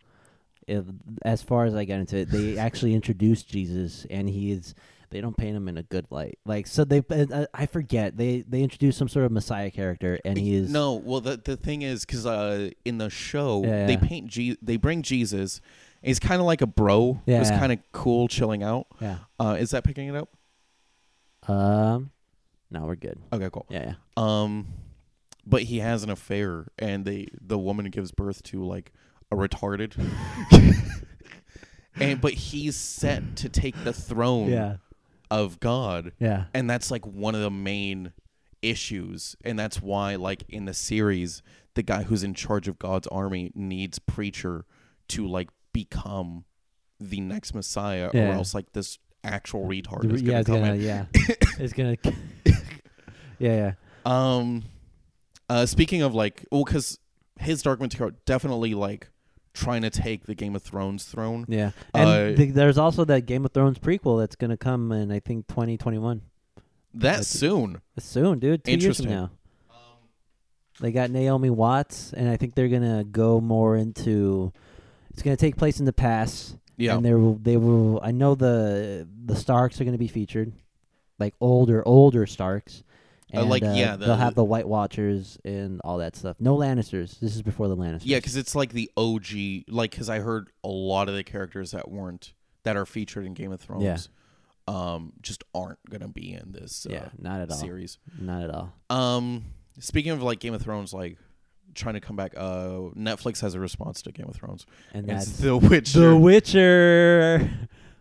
[SPEAKER 2] if, as far as I got into it, they actually introduced Jesus, and he is. They don't paint him in a good light. Like so, they uh, I forget they they introduced some sort of Messiah character, and he is
[SPEAKER 3] No, well the the thing is because uh in the show
[SPEAKER 2] Yeah,
[SPEAKER 3] they
[SPEAKER 2] yeah.
[SPEAKER 3] paint Je- they bring Jesus. He's kind of like a bro.
[SPEAKER 2] Yeah,
[SPEAKER 3] He's
[SPEAKER 2] yeah.
[SPEAKER 3] kind of cool, chilling out.
[SPEAKER 2] yeah.
[SPEAKER 3] Uh, is that picking it up?
[SPEAKER 2] Um, no, we're good.
[SPEAKER 3] Okay, cool.
[SPEAKER 2] Yeah, yeah.
[SPEAKER 3] Um, but he has an affair, and they the woman gives birth to like a retarded. and but he's set to take the throne
[SPEAKER 2] Yeah.
[SPEAKER 3] of God,
[SPEAKER 2] Yeah.
[SPEAKER 3] and that's like one of the main issues, and that's why like in the series, the guy who's in charge of God's army needs preacher to like become the next Messiah, or
[SPEAKER 2] Yeah.
[SPEAKER 3] else like this actual retard
[SPEAKER 2] The-
[SPEAKER 3] is gonna
[SPEAKER 2] yeah, it's
[SPEAKER 3] come
[SPEAKER 2] gonna,
[SPEAKER 3] in.
[SPEAKER 2] yeah, it's gonna. yeah, yeah.
[SPEAKER 3] Um, uh, speaking of like, well, because his Dark Material definitely like trying to take the Game of Thrones throne.
[SPEAKER 2] Yeah, and
[SPEAKER 3] Uh,
[SPEAKER 2] th- there's also that Game of Thrones prequel that's gonna come in I think 2021
[SPEAKER 3] That
[SPEAKER 2] That's-
[SPEAKER 3] soon.
[SPEAKER 2] soon, dude. Two years from
[SPEAKER 3] Interesting.
[SPEAKER 2] now. they got Naomi Watts, and I think they're gonna go more into. It's gonna take place in the past,
[SPEAKER 3] Yeah.
[SPEAKER 2] and they will. They will. I know the the Starks are gonna be featured, like older older Starks.
[SPEAKER 3] Uh,
[SPEAKER 2] And,
[SPEAKER 3] like, yeah,
[SPEAKER 2] they'll
[SPEAKER 3] the-
[SPEAKER 2] have the White Watchers and all that stuff. No Lannisters. This is before the Lannisters.
[SPEAKER 3] Yeah, because it's like the OG, like because I heard a lot of the characters that weren't that are featured in Game of Thrones,
[SPEAKER 2] Yeah.
[SPEAKER 3] um, just aren't gonna be in this uh,
[SPEAKER 2] yeah, not at all.
[SPEAKER 3] series.
[SPEAKER 2] Not at all.
[SPEAKER 3] Um, speaking of like Game of Thrones, like trying to come back, uh, Netflix has a response to Game of Thrones.
[SPEAKER 2] And
[SPEAKER 3] It's
[SPEAKER 2] that's
[SPEAKER 3] The Witcher.
[SPEAKER 2] The Witcher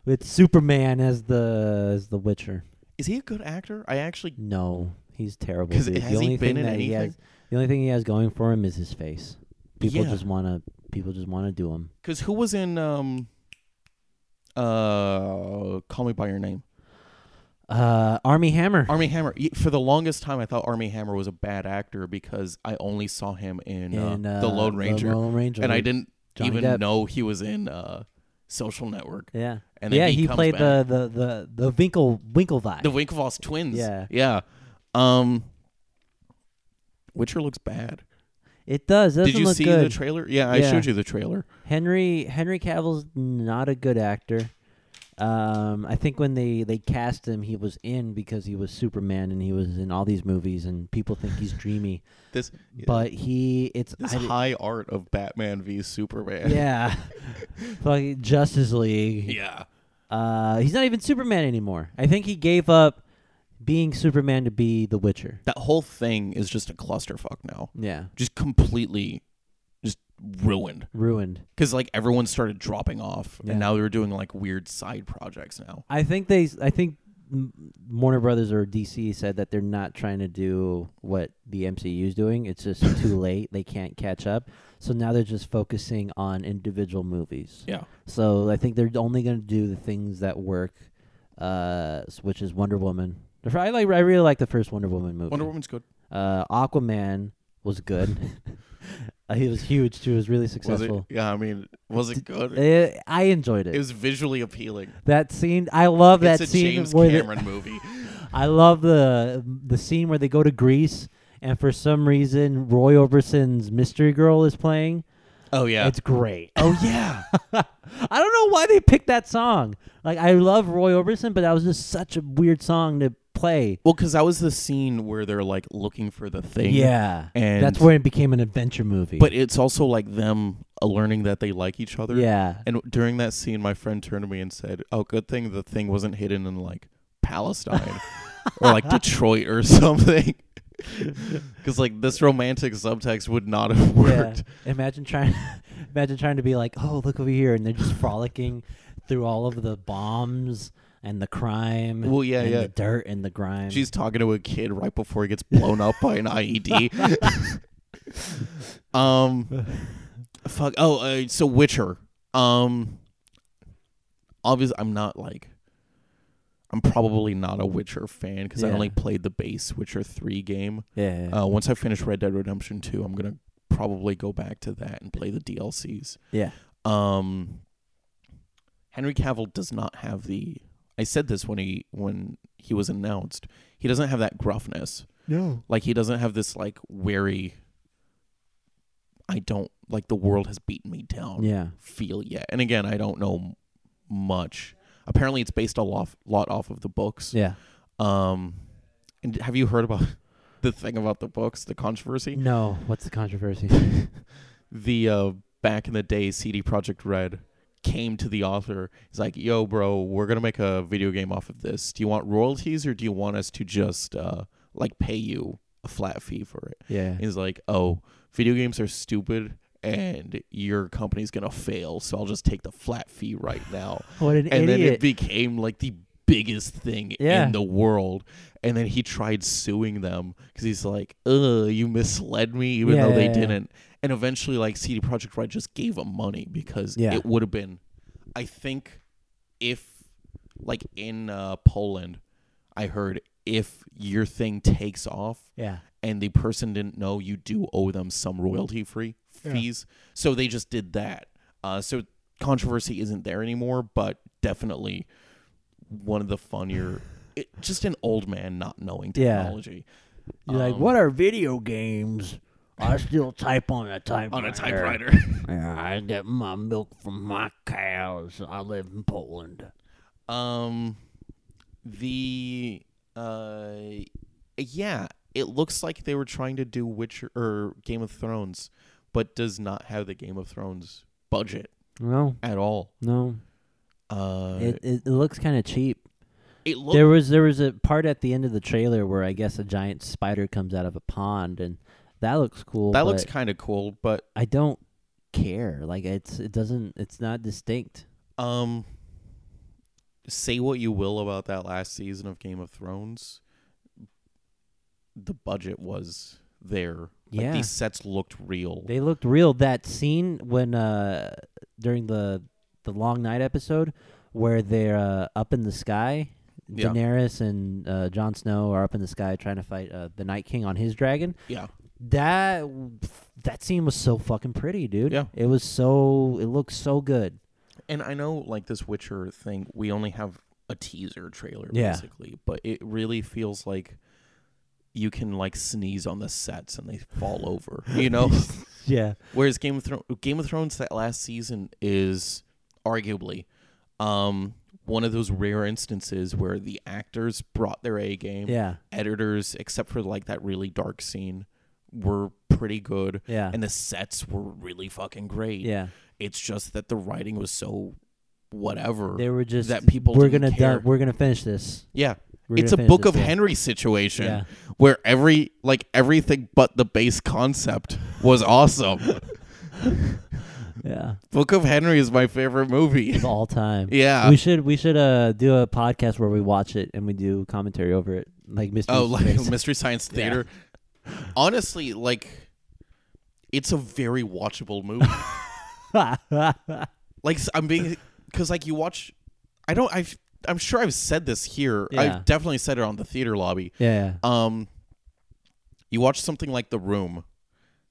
[SPEAKER 2] with Superman as the as the Witcher.
[SPEAKER 3] Is he a good actor? I actually
[SPEAKER 2] No, he's terrible.
[SPEAKER 3] 'Cause
[SPEAKER 2] dude.
[SPEAKER 3] has
[SPEAKER 2] the
[SPEAKER 3] he
[SPEAKER 2] only thing
[SPEAKER 3] been in
[SPEAKER 2] that he
[SPEAKER 3] anything?
[SPEAKER 2] has, the only thing he has going for him is his face. People
[SPEAKER 3] Yeah.
[SPEAKER 2] just want to people just want to do him.
[SPEAKER 3] because who was in um, uh, Call Me by Your Name?
[SPEAKER 2] Uh, Army Hammer.
[SPEAKER 3] Army Hammer. Y- For the longest time, I thought Army Hammer was a bad actor because I only saw him in, uh,
[SPEAKER 2] And, uh,
[SPEAKER 3] The Lone Ranger,
[SPEAKER 2] The Lone Ranger.
[SPEAKER 3] and I
[SPEAKER 2] with-
[SPEAKER 3] didn't
[SPEAKER 2] Johnny
[SPEAKER 3] even
[SPEAKER 2] Depp.
[SPEAKER 3] know he was in uh, Social Network.
[SPEAKER 2] Yeah.
[SPEAKER 3] And then
[SPEAKER 2] yeah,
[SPEAKER 3] he,
[SPEAKER 2] he
[SPEAKER 3] comes
[SPEAKER 2] played
[SPEAKER 3] back.
[SPEAKER 2] the the the the Winkle Winklevoss.
[SPEAKER 3] the Winklevoss twins.
[SPEAKER 2] Yeah.
[SPEAKER 3] yeah. Um, Witcher looks bad.
[SPEAKER 2] it does. It doesn't
[SPEAKER 3] Did you
[SPEAKER 2] look
[SPEAKER 3] see
[SPEAKER 2] good.
[SPEAKER 3] the trailer? Yeah, I
[SPEAKER 2] Yeah.
[SPEAKER 3] showed you the trailer.
[SPEAKER 2] Henry Henry Cavill's not a good actor. Um, I think when they, they cast him, he was in because he was Superman and he was in all these movies, and people think he's dreamy.
[SPEAKER 3] This,
[SPEAKER 2] But he, it's
[SPEAKER 3] this
[SPEAKER 2] I di-
[SPEAKER 3] high art of Batman v Superman.
[SPEAKER 2] yeah, fucking Justice League.
[SPEAKER 3] yeah.
[SPEAKER 2] Uh, he's not even Superman anymore. I think he gave up being Superman to be The Witcher.
[SPEAKER 3] That whole thing is just a clusterfuck now.
[SPEAKER 2] Yeah,
[SPEAKER 3] Just completely, just ruined.
[SPEAKER 2] ruined.
[SPEAKER 3] because like everyone started dropping off
[SPEAKER 2] Yeah.
[SPEAKER 3] and now they're doing like weird side projects now
[SPEAKER 2] I think they. I think M- Warner Brothers or DC said that they're not trying to do what the MCU is doing. It's just too late. They can't catch up. So now they're just focusing on individual movies.
[SPEAKER 3] yeah
[SPEAKER 2] So I think they're only going to do the things that work, uh, s- which is Wonder Woman. I like. I really like the first Wonder Woman movie.
[SPEAKER 3] wonder woman's good
[SPEAKER 2] Uh, Aquaman was good. Uh, he was huge too. It was really
[SPEAKER 3] was it
[SPEAKER 2] successful.
[SPEAKER 3] yeah i mean was it good
[SPEAKER 2] Eh, I enjoyed it.
[SPEAKER 3] it was visually appealing
[SPEAKER 2] that scene, I love that
[SPEAKER 3] it's a
[SPEAKER 2] scene
[SPEAKER 3] james
[SPEAKER 2] where the-
[SPEAKER 3] cameron movie
[SPEAKER 2] I love the the scene where they go to Greece and for some reason Roy Orbison's Mystery Girl is playing.
[SPEAKER 3] oh yeah
[SPEAKER 2] It's great.
[SPEAKER 3] oh yeah
[SPEAKER 2] I don't know why they picked that song. Like I love Roy Orbison, but that was just such a weird song to play.
[SPEAKER 3] well because that was the scene where they're like looking for the thing
[SPEAKER 2] Yeah.
[SPEAKER 3] and
[SPEAKER 2] That's where it became an adventure movie.
[SPEAKER 3] but it's also like them uh, learning that they like each other
[SPEAKER 2] yeah.
[SPEAKER 3] and during that scene my friend turned to me and said oh good thing the thing wasn't hidden in like palestine or like detroit or something because like this romantic subtext would not have
[SPEAKER 2] Yeah.
[SPEAKER 3] worked
[SPEAKER 2] Imagine trying imagine trying to be like, "Oh, look over here." And they're just frolicking through all of the bombs and the crime
[SPEAKER 3] Well, yeah,
[SPEAKER 2] and
[SPEAKER 3] yeah.
[SPEAKER 2] the dirt and the grime.
[SPEAKER 3] she's talking to a kid right before he gets blown up by an E ied um fuck oh uh, so witcher um obviously i'm not like i'm probably not a witcher fan because i
[SPEAKER 2] Yeah.
[SPEAKER 3] only played the base witcher 3 game
[SPEAKER 2] yeah. yeah.
[SPEAKER 3] Uh, once I finish Red Dead Redemption 2, I'm going to probably go back to that and play the DLCs.
[SPEAKER 2] Yeah.
[SPEAKER 3] Um, Henry Cavill does not have the. I said this when he when he was announced. He doesn't have that gruffness.
[SPEAKER 4] No.
[SPEAKER 3] Like he doesn't have this like wary. I don't like the world has beaten me down.
[SPEAKER 2] yeah.
[SPEAKER 3] Feel yet, and again, I don't know m- much. Apparently, it's based a lot lot off of the books.
[SPEAKER 2] Yeah.
[SPEAKER 3] Um, and have you heard about the thing about the books, the controversy?
[SPEAKER 2] No. What's the controversy?
[SPEAKER 3] The uh, back in the day, CD Project Red came to the author. He's like, "Yo, bro, we're gonna make a video game off of this. Do you want royalties or do you want us to just uh, like pay you a flat fee for it?"
[SPEAKER 2] yeah.
[SPEAKER 3] He's like, "Oh, video games are stupid." And your company's gonna fail, so I'll just take the flat fee right now.
[SPEAKER 2] What an
[SPEAKER 3] and then it
[SPEAKER 2] idiot.
[SPEAKER 3] became like the biggest thing
[SPEAKER 2] Yeah.
[SPEAKER 3] in the world. And then he tried suing them because he's like, "Ugh, you misled me," even
[SPEAKER 2] Yeah,
[SPEAKER 3] though they
[SPEAKER 2] yeah, yeah.
[SPEAKER 3] didn't. And eventually, like CD Project Red just gave him money because
[SPEAKER 2] Yeah.
[SPEAKER 3] it would have been, I think, if like in uh, Poland, I heard if your thing takes off
[SPEAKER 2] yeah.
[SPEAKER 3] and the person didn't know, you do owe them some royalty free fees. So they just did that. Uh, so controversy isn't there anymore, but definitely one of the funnier. It, just an old man not knowing
[SPEAKER 2] Yeah.
[SPEAKER 3] technology.
[SPEAKER 4] You're like,
[SPEAKER 3] Um,
[SPEAKER 4] what are video games? I still type on a typewriter.
[SPEAKER 3] on a typewriter?
[SPEAKER 4] Yeah, I get my milk from my cows. I live in Poland.
[SPEAKER 3] Um, the uh, yeah, it looks like they were trying to do Witcher or Game of Thrones, but does not have the Game of Thrones budget
[SPEAKER 2] No,
[SPEAKER 3] at all.
[SPEAKER 2] no.
[SPEAKER 3] Uh,
[SPEAKER 2] It it, it looks kind of cheap.
[SPEAKER 3] it looked
[SPEAKER 2] There was there was a part at the end of the trailer where I guess a giant spider comes out of a pond, and that looks cool.
[SPEAKER 3] that looks
[SPEAKER 2] but
[SPEAKER 3] kind of cool, but
[SPEAKER 2] I don't care. Like it's it doesn't it's not distinct.
[SPEAKER 3] um, say what you will about that last season of Game of Thrones, the budget was there. Like,
[SPEAKER 2] Yeah.
[SPEAKER 3] these sets looked real.
[SPEAKER 2] They looked real. That scene when uh during the the long night episode where they're uh, up in the sky,
[SPEAKER 3] Yeah.
[SPEAKER 2] Daenerys and uh, Jon Snow are up in the sky trying to fight uh, the Night King on his dragon.
[SPEAKER 3] yeah,
[SPEAKER 2] That that scene was so fucking pretty, dude.
[SPEAKER 3] Yeah.
[SPEAKER 2] it was so it looked so good.
[SPEAKER 3] And I know, like this Witcher thing, we only have a teaser trailer
[SPEAKER 2] Yeah.
[SPEAKER 3] basically, but it really feels like you can like sneeze on the sets and they fall over, you know.
[SPEAKER 2] Yeah,
[SPEAKER 3] Whereas Game of Thrones, Game of Thrones, that last season is arguably um, one of those rare instances where the actors brought their A game.
[SPEAKER 2] yeah,
[SPEAKER 3] Editors, except for like that really dark scene, were pretty good,
[SPEAKER 2] yeah,
[SPEAKER 3] and the sets were really fucking great.
[SPEAKER 2] yeah.
[SPEAKER 3] It's just that the writing was so whatever.
[SPEAKER 2] They were just
[SPEAKER 3] that people
[SPEAKER 2] We're
[SPEAKER 3] didn't
[SPEAKER 2] gonna
[SPEAKER 3] care.
[SPEAKER 2] done- we're gonna finish this.
[SPEAKER 3] yeah,
[SPEAKER 2] We're
[SPEAKER 3] it's a
[SPEAKER 2] gonna finish
[SPEAKER 3] Book
[SPEAKER 2] this,
[SPEAKER 3] of
[SPEAKER 2] yeah.
[SPEAKER 3] Henry situation
[SPEAKER 2] Yeah.
[SPEAKER 3] where every like everything but the base concept was awesome.
[SPEAKER 2] Yeah,
[SPEAKER 3] Book of Henry is my favorite movie.
[SPEAKER 2] of all time.
[SPEAKER 3] yeah.
[SPEAKER 2] We should we should uh do a podcast where we watch it and we do commentary over it, like Mr.
[SPEAKER 3] oh, like
[SPEAKER 2] Space.
[SPEAKER 3] Mystery Science Theater. Honestly, like it's a very watchable movie. like s- I'm being because like you watch. I don't. I. I'm sure I've said this here.
[SPEAKER 2] Yeah.
[SPEAKER 3] I've definitely said it on the theater lobby.
[SPEAKER 2] yeah,
[SPEAKER 3] um you watch something like the room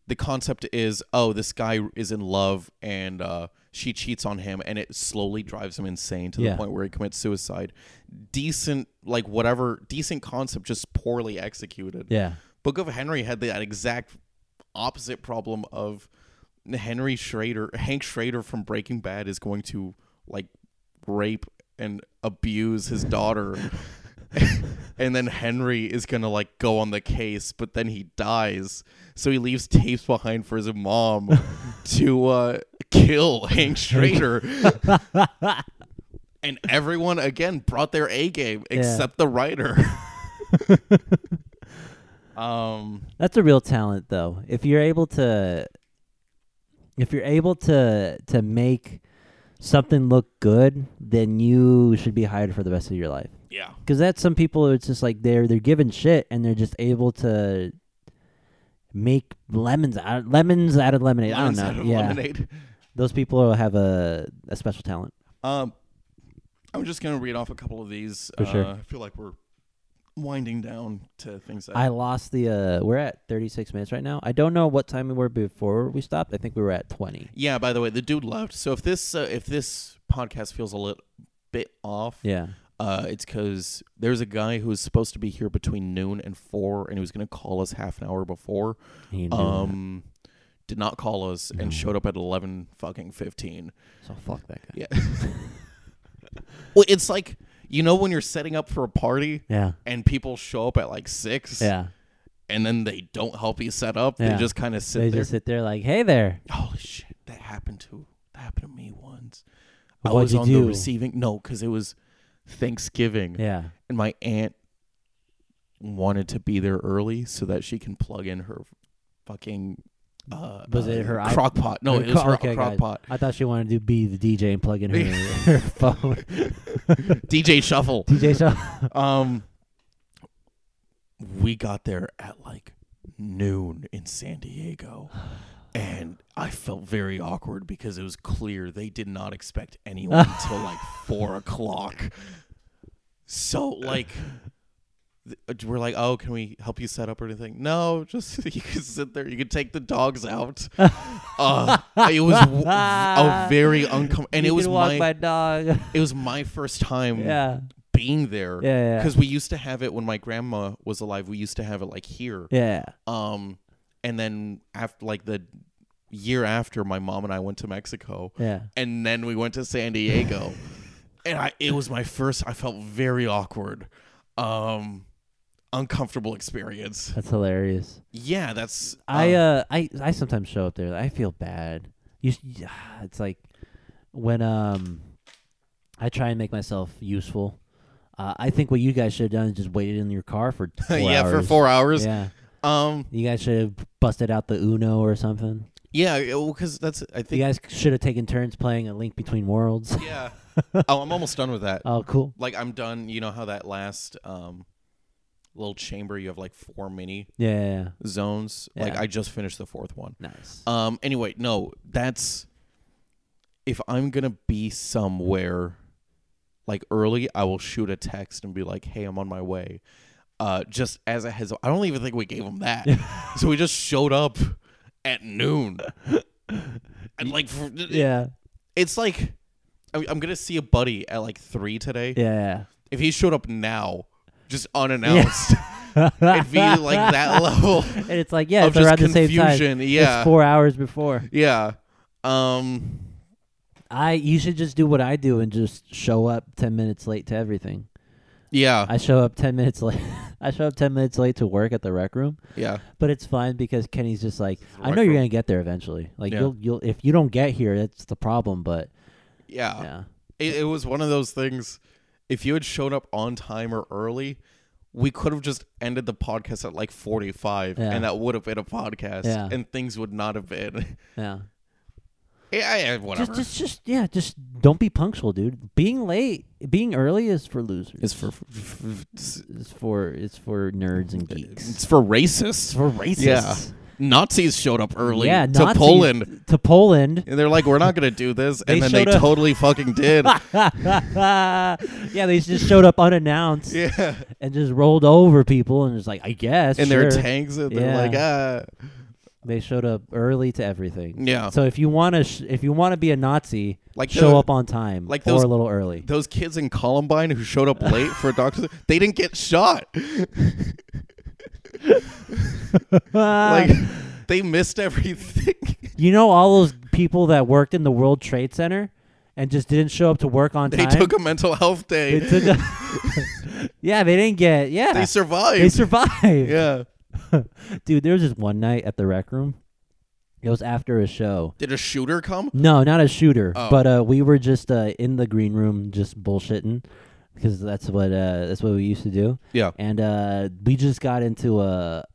[SPEAKER 3] the concept is oh this guy is in love and uh she cheats on him and it slowly drives him insane to the
[SPEAKER 2] Yeah.
[SPEAKER 3] point where he commits suicide decent like whatever decent concept just poorly executed
[SPEAKER 2] yeah,
[SPEAKER 3] book of henry had that exact opposite problem of henry schrader hank schrader from breaking bad is going to like rape and abuse his daughter and then Henry is gonna like go on the case, but then he dies, so he leaves tapes behind for his mom to uh, kill Hank Schrader. and everyone again brought their A game except the writer. um,
[SPEAKER 2] That's a real talent, though. If you're able to, if you're able to to make something look good, then you should be hired for the rest of your life.
[SPEAKER 3] yeah,
[SPEAKER 2] Because that's some people. It's just like they're they're given shit and they're just able to make lemons out lemons out of lemonade.
[SPEAKER 3] Lemons
[SPEAKER 2] I don't
[SPEAKER 3] out
[SPEAKER 2] know.
[SPEAKER 3] of
[SPEAKER 2] yeah,
[SPEAKER 3] lemonade.
[SPEAKER 2] those people have a a special talent.
[SPEAKER 3] Um, I'm just gonna read off a couple of these.
[SPEAKER 2] For
[SPEAKER 3] uh,
[SPEAKER 2] sure.
[SPEAKER 3] I feel like we're winding down to things that
[SPEAKER 2] I lost the. uh We're at 36 minutes right now. I don't know what time we were before we stopped. I think we were at 20.
[SPEAKER 3] Yeah, by the way, the dude left. So if this uh, if this podcast feels a little bit off,
[SPEAKER 2] Yeah.
[SPEAKER 3] uh, it's because there's a guy who was supposed to be here between noon and four, and he was gonna call us half an hour before.
[SPEAKER 2] You knew
[SPEAKER 3] Um, did not call us
[SPEAKER 2] No.
[SPEAKER 3] and showed up at eleven fucking fifteen.
[SPEAKER 2] that. so fuck that guy.
[SPEAKER 3] Yeah. well, it's like you know when you're setting up for a party
[SPEAKER 2] Yeah.
[SPEAKER 3] and people show up at like six,
[SPEAKER 2] Yeah.
[SPEAKER 3] and then they don't help you set up.
[SPEAKER 2] Yeah.
[SPEAKER 3] They just kind of sit
[SPEAKER 2] they
[SPEAKER 3] there.
[SPEAKER 2] just sit there like, "Hey there."
[SPEAKER 3] Holy shit, that happened to that happened to me once. I
[SPEAKER 2] What'd
[SPEAKER 3] was
[SPEAKER 2] you
[SPEAKER 3] on
[SPEAKER 2] do?
[SPEAKER 3] the receiving no, because it was Thanksgiving,
[SPEAKER 2] Yeah.
[SPEAKER 3] and my aunt wanted to be there early so that she can plug in her fucking. Uh,
[SPEAKER 2] Was
[SPEAKER 3] uh,
[SPEAKER 2] it her i-
[SPEAKER 3] crock pot? No,
[SPEAKER 2] her
[SPEAKER 3] it was
[SPEAKER 2] cro-
[SPEAKER 3] her
[SPEAKER 2] okay,
[SPEAKER 3] crock
[SPEAKER 2] guys.
[SPEAKER 3] pot.
[SPEAKER 2] I thought she wanted to be the DJ and plug in her, her phone.
[SPEAKER 3] DJ Shuffle.
[SPEAKER 2] DJ show.
[SPEAKER 3] Um, we got there at like noon in San Diego, and I felt very awkward because it was clear they did not expect anyone until like four o'clock. So like, th- we're like, oh, can we help you set up or anything? No, just you can sit there. You can take the dogs out. uh, it was w- a very uncomfortable, and
[SPEAKER 2] Ah, You
[SPEAKER 3] it was
[SPEAKER 2] can walk
[SPEAKER 3] my, Um,
[SPEAKER 2] my dog. yeah,
[SPEAKER 3] it was my first time
[SPEAKER 2] yeah,
[SPEAKER 3] being there
[SPEAKER 2] yeah, yeah.
[SPEAKER 3] because we used to have it when my grandma was alive. We used to have it like here,
[SPEAKER 2] yeah.
[SPEAKER 3] um, and then after like the year after, my mom and I went to Mexico,
[SPEAKER 2] Yeah.
[SPEAKER 3] and then we went to San Diego. and I it was my first I felt very awkward. Um uncomfortable experience.
[SPEAKER 2] That's hilarious.
[SPEAKER 3] Yeah, that's
[SPEAKER 2] I
[SPEAKER 3] um,
[SPEAKER 2] uh I I sometimes show up there. I feel bad. You s- it's like when um I try and make myself useful. Uh, I think what you guys should have done is just waited in your car for uh, four
[SPEAKER 3] yeah, for
[SPEAKER 2] hours.
[SPEAKER 3] 4 hours.
[SPEAKER 2] Yeah,
[SPEAKER 3] Um
[SPEAKER 2] you guys should have busted out the Uno or something.
[SPEAKER 3] yeah, cuz that's I
[SPEAKER 2] You
[SPEAKER 3] think
[SPEAKER 2] guys should have taken turns playing a Link Between Worlds.
[SPEAKER 3] yeah. oh, I'm almost done with that.
[SPEAKER 2] oh, cool.
[SPEAKER 3] Like I'm done, you know how that last um little chamber you have like four mini
[SPEAKER 2] Yeah, yeah, yeah.
[SPEAKER 3] zones. Like
[SPEAKER 2] Yeah.
[SPEAKER 3] I just finished the fourth one.
[SPEAKER 2] nice.
[SPEAKER 3] Um. Anyway, no, that's if I'm gonna be somewhere like early, I will shoot a text and be like, "Hey, I'm on my way." Uh, just as a heads up, I don't even think we gave him that. so we just showed up at noon, and like, for,
[SPEAKER 2] yeah,
[SPEAKER 3] it's like I- I'm gonna see a buddy at like three today.
[SPEAKER 2] yeah.
[SPEAKER 3] If he showed up now, just unannounced, it'd be like that level
[SPEAKER 2] And it's like yeah,
[SPEAKER 3] of
[SPEAKER 2] it's
[SPEAKER 3] just
[SPEAKER 2] around the same time.
[SPEAKER 3] confusion. Yeah,
[SPEAKER 2] It's four hours before.
[SPEAKER 3] yeah. Um.
[SPEAKER 2] I you should just do what I do and just show up ten minutes late to everything.
[SPEAKER 3] Yeah.
[SPEAKER 2] I show up ten minutes late. I show up ten minutes late to work at the rec room,
[SPEAKER 3] yeah.
[SPEAKER 2] but it's fine because Kenny's just like,
[SPEAKER 3] is the
[SPEAKER 2] I
[SPEAKER 3] rec
[SPEAKER 2] know you're
[SPEAKER 3] room."
[SPEAKER 2] gonna get there eventually. Like
[SPEAKER 3] Yeah.
[SPEAKER 2] you'll you'll if you don't get here, that's the problem. But
[SPEAKER 3] Yeah.
[SPEAKER 2] yeah,
[SPEAKER 3] It, it was one of those things. If you had shown up on time or early, we could have just ended the podcast at like 45
[SPEAKER 2] Yeah.
[SPEAKER 3] and that would have been a podcast
[SPEAKER 2] Yeah.
[SPEAKER 3] and things would not have been.
[SPEAKER 2] yeah,
[SPEAKER 3] yeah, yeah, whatever.
[SPEAKER 2] just just just yeah, just don't be punctual, dude. Being late, being early is for losers.
[SPEAKER 3] it's for it's,
[SPEAKER 2] it's for it's for nerds and geeks. It's
[SPEAKER 3] for racists.
[SPEAKER 2] for racists.
[SPEAKER 3] Yeah. Nazis showed up early
[SPEAKER 2] yeah,
[SPEAKER 3] to
[SPEAKER 2] Nazis-
[SPEAKER 3] Poland.
[SPEAKER 2] to Poland.
[SPEAKER 3] And they're like, we're not going to do this.
[SPEAKER 2] They
[SPEAKER 3] and then they
[SPEAKER 2] showed up-
[SPEAKER 3] totally fucking did.
[SPEAKER 2] yeah, they just showed up unannounced
[SPEAKER 3] yeah.
[SPEAKER 2] and just rolled over people and was like, I guess.
[SPEAKER 3] And their
[SPEAKER 2] sure."
[SPEAKER 3] tanks. And they're
[SPEAKER 2] Yeah.
[SPEAKER 3] like, ah.
[SPEAKER 2] they showed up early to everything.
[SPEAKER 3] Yeah.
[SPEAKER 2] So if you want to, sh- if you want to be a Nazi,
[SPEAKER 3] Like
[SPEAKER 2] show
[SPEAKER 3] the-
[SPEAKER 2] up on time,
[SPEAKER 3] like
[SPEAKER 2] or
[SPEAKER 3] those-
[SPEAKER 2] a little early.
[SPEAKER 3] those kids in Columbine who showed up late for a doctor's they didn't get shot.
[SPEAKER 2] Uh,
[SPEAKER 3] like they missed everything.
[SPEAKER 2] you know all those people that worked in the World Trade Center and just didn't show up to work on
[SPEAKER 3] they
[SPEAKER 2] time.
[SPEAKER 3] took a mental health day.
[SPEAKER 2] They
[SPEAKER 3] They,
[SPEAKER 2] took a- yeah, they didn't get. Yeah,
[SPEAKER 3] survived.
[SPEAKER 2] They survived.
[SPEAKER 3] yeah.
[SPEAKER 2] Dude, there was this one night at the rec room. It was after a show.
[SPEAKER 3] Did a shooter come?
[SPEAKER 2] No, not a shooter.
[SPEAKER 3] Oh.
[SPEAKER 2] But uh, we were just uh, in the green room, just bullshitting, because that's what uh, that's what we used to do.
[SPEAKER 3] Yeah.
[SPEAKER 2] And uh, we just got into a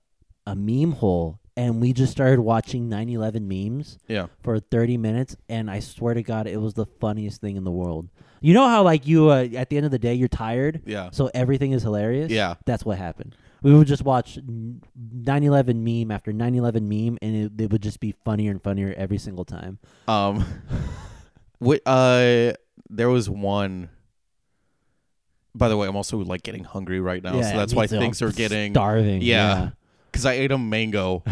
[SPEAKER 2] a meme hole, and we just started watching 9/11 memes
[SPEAKER 3] Yeah.
[SPEAKER 2] for 30 minutes. And I swear to God, it was the funniest thing in the world. You know how like you uh, at the end of the day you're tired,
[SPEAKER 3] Yeah.
[SPEAKER 2] so everything is hilarious.
[SPEAKER 3] Yeah.
[SPEAKER 2] That's what happened. We would just watch 9/11 meme after 9/11 meme, and it, it would just be funnier and funnier every single time.
[SPEAKER 3] Um what uh there was one by the way, I'm also like getting hungry right now, so that's
[SPEAKER 2] me
[SPEAKER 3] why
[SPEAKER 2] too.
[SPEAKER 3] things
[SPEAKER 2] I'm
[SPEAKER 3] are getting
[SPEAKER 2] starving.
[SPEAKER 3] Yeah. Cause I ate a mango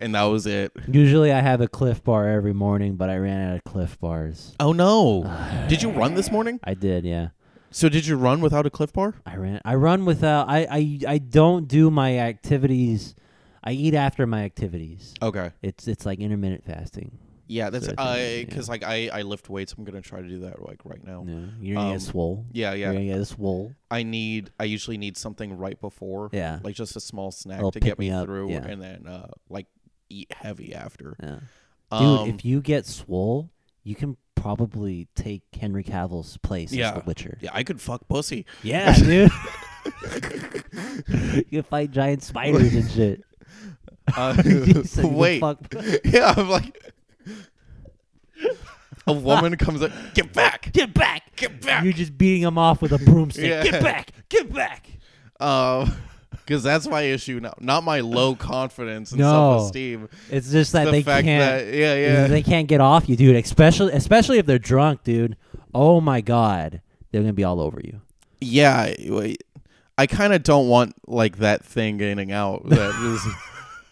[SPEAKER 3] and that was it.
[SPEAKER 2] yeah. Usually I have a Cliff Bar every morning, but I ran out of Cliff Bars.
[SPEAKER 3] Oh no. did you run this morning?
[SPEAKER 2] I did, yeah.
[SPEAKER 3] So did you run without a cliff bar?
[SPEAKER 2] I ran. I run without. I I I don't do my activities. I eat after my activities.
[SPEAKER 3] Okay.
[SPEAKER 2] It's it's like intermittent fasting.
[SPEAKER 3] Yeah, that's
[SPEAKER 2] Sort of
[SPEAKER 3] I
[SPEAKER 2] thing, yeah.
[SPEAKER 3] because like I I lift weights. I'm gonna try to do that like right now.
[SPEAKER 2] Yeah. You're gonna
[SPEAKER 3] Um,
[SPEAKER 2] get swole.
[SPEAKER 3] Yeah, yeah.
[SPEAKER 2] You're gonna get a swole.
[SPEAKER 3] I need I usually need something right before.
[SPEAKER 2] Yeah.
[SPEAKER 3] Like just a small snack
[SPEAKER 2] It'll
[SPEAKER 3] to get
[SPEAKER 2] pick me
[SPEAKER 3] me,
[SPEAKER 2] up,
[SPEAKER 3] through,
[SPEAKER 2] yeah.
[SPEAKER 3] and then uh like eat heavy after.
[SPEAKER 2] Yeah.
[SPEAKER 3] um,
[SPEAKER 2] Dude, if you get swole, you can probably take Henry Cavill's place
[SPEAKER 3] Yeah.
[SPEAKER 2] as the Witcher.
[SPEAKER 3] yeah, I could fuck pussy.
[SPEAKER 2] Yeah, dude. you can fight giant spiders and shit.
[SPEAKER 3] Uh,
[SPEAKER 2] He said you can
[SPEAKER 3] wait,
[SPEAKER 2] fuck-
[SPEAKER 3] yeah, I'm like a woman comes up. Get back,
[SPEAKER 2] Get back!
[SPEAKER 3] get back.
[SPEAKER 2] You're just beating him off with a broomstick.
[SPEAKER 3] Yeah.
[SPEAKER 2] Get back! Get back!
[SPEAKER 3] Um, because that's my issue now. Not my low confidence and
[SPEAKER 2] No.
[SPEAKER 3] self esteem.
[SPEAKER 2] It's just that
[SPEAKER 3] the
[SPEAKER 2] they
[SPEAKER 3] fact
[SPEAKER 2] can't.
[SPEAKER 3] that yeah, yeah.
[SPEAKER 2] They can't get off you, dude. Especially, especially if they're drunk, dude. Oh my god, they're gonna be all over you.
[SPEAKER 3] Yeah, wait. I kind of don't want like that thing getting out. That is,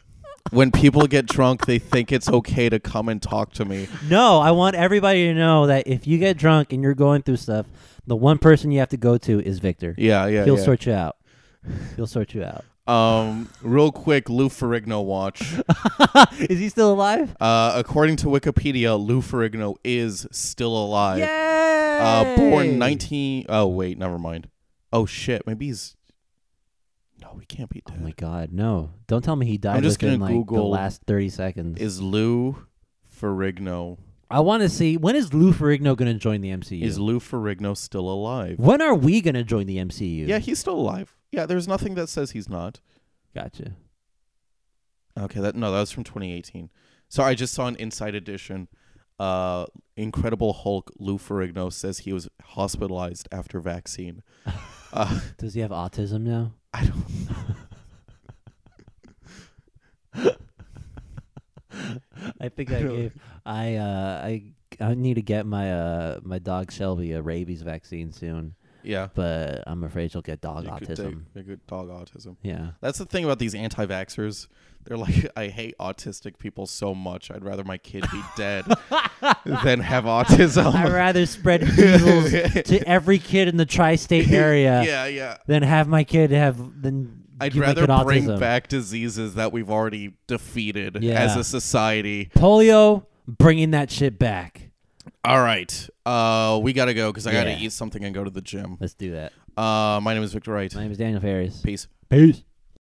[SPEAKER 3] when people get drunk, they think it's okay to come and talk to me.
[SPEAKER 2] No, I want everybody to know that if you get drunk and you're going through stuff, the one person you have to go to is Victor.
[SPEAKER 3] Yeah, yeah.
[SPEAKER 2] He'll
[SPEAKER 3] yeah.
[SPEAKER 2] sort you out. He'll sort you out.
[SPEAKER 3] Um, real quick, Lou Ferrigno watch.
[SPEAKER 2] is he still alive?
[SPEAKER 3] Uh, according to Wikipedia, Lou Ferrigno is still alive.
[SPEAKER 2] Yay!
[SPEAKER 3] Uh, born 19. Oh, wait, never mind. Oh, shit. Maybe he's. No, he can't be
[SPEAKER 2] Oh
[SPEAKER 3] dead.
[SPEAKER 2] my God, no! Don't tell me he died
[SPEAKER 3] I'm just
[SPEAKER 2] within
[SPEAKER 3] gonna
[SPEAKER 2] like the
[SPEAKER 3] Google-
[SPEAKER 2] last thirty seconds.
[SPEAKER 3] Is Lou Ferrigno.
[SPEAKER 2] I want to see when is Lou Ferrigno going to join the MCU?
[SPEAKER 3] Is Lou Ferrigno still alive?
[SPEAKER 2] when are we going to join the MCU?
[SPEAKER 3] Yeah, he's still alive. Yeah, there's nothing that says he's not.
[SPEAKER 2] gotcha.
[SPEAKER 3] Okay, that no, that was from 2018. Sorry, I just saw an Inside Edition. Uh, Incredible Hulk Lou Ferrigno says he was hospitalized after vaccine. uh,
[SPEAKER 2] Does he have autism now?
[SPEAKER 3] I don't.
[SPEAKER 2] I think I gave I uh I I need to get my uh my dog Shelby a rabies vaccine soon,
[SPEAKER 3] Yeah,
[SPEAKER 2] but I'm afraid she'll get dog
[SPEAKER 3] You could
[SPEAKER 2] autism.
[SPEAKER 3] take- you could dog autism.
[SPEAKER 2] Yeah.
[SPEAKER 3] That's the thing about these anti-vaxxers. They're like, I hate autistic people so much. I'd rather my kid be dead than have autism.
[SPEAKER 2] I'd rather spread measles to every kid in the tri-state area
[SPEAKER 3] yeah, yeah.
[SPEAKER 2] than have my kid have than
[SPEAKER 3] I'd
[SPEAKER 2] give my
[SPEAKER 3] rather
[SPEAKER 2] kid
[SPEAKER 3] bring
[SPEAKER 2] autism.
[SPEAKER 3] back diseases that we've already defeated as
[SPEAKER 2] Yeah.
[SPEAKER 3] a society.
[SPEAKER 2] polio. Bringing that shit back.
[SPEAKER 3] All right, uh, we gotta go because I gotta
[SPEAKER 2] Yeah.
[SPEAKER 3] eat something and go to the gym.
[SPEAKER 2] Let's do that.
[SPEAKER 3] Uh, my name is Victor Wright.
[SPEAKER 2] My name is Daniel Ferris.
[SPEAKER 3] Peace.
[SPEAKER 2] Peace.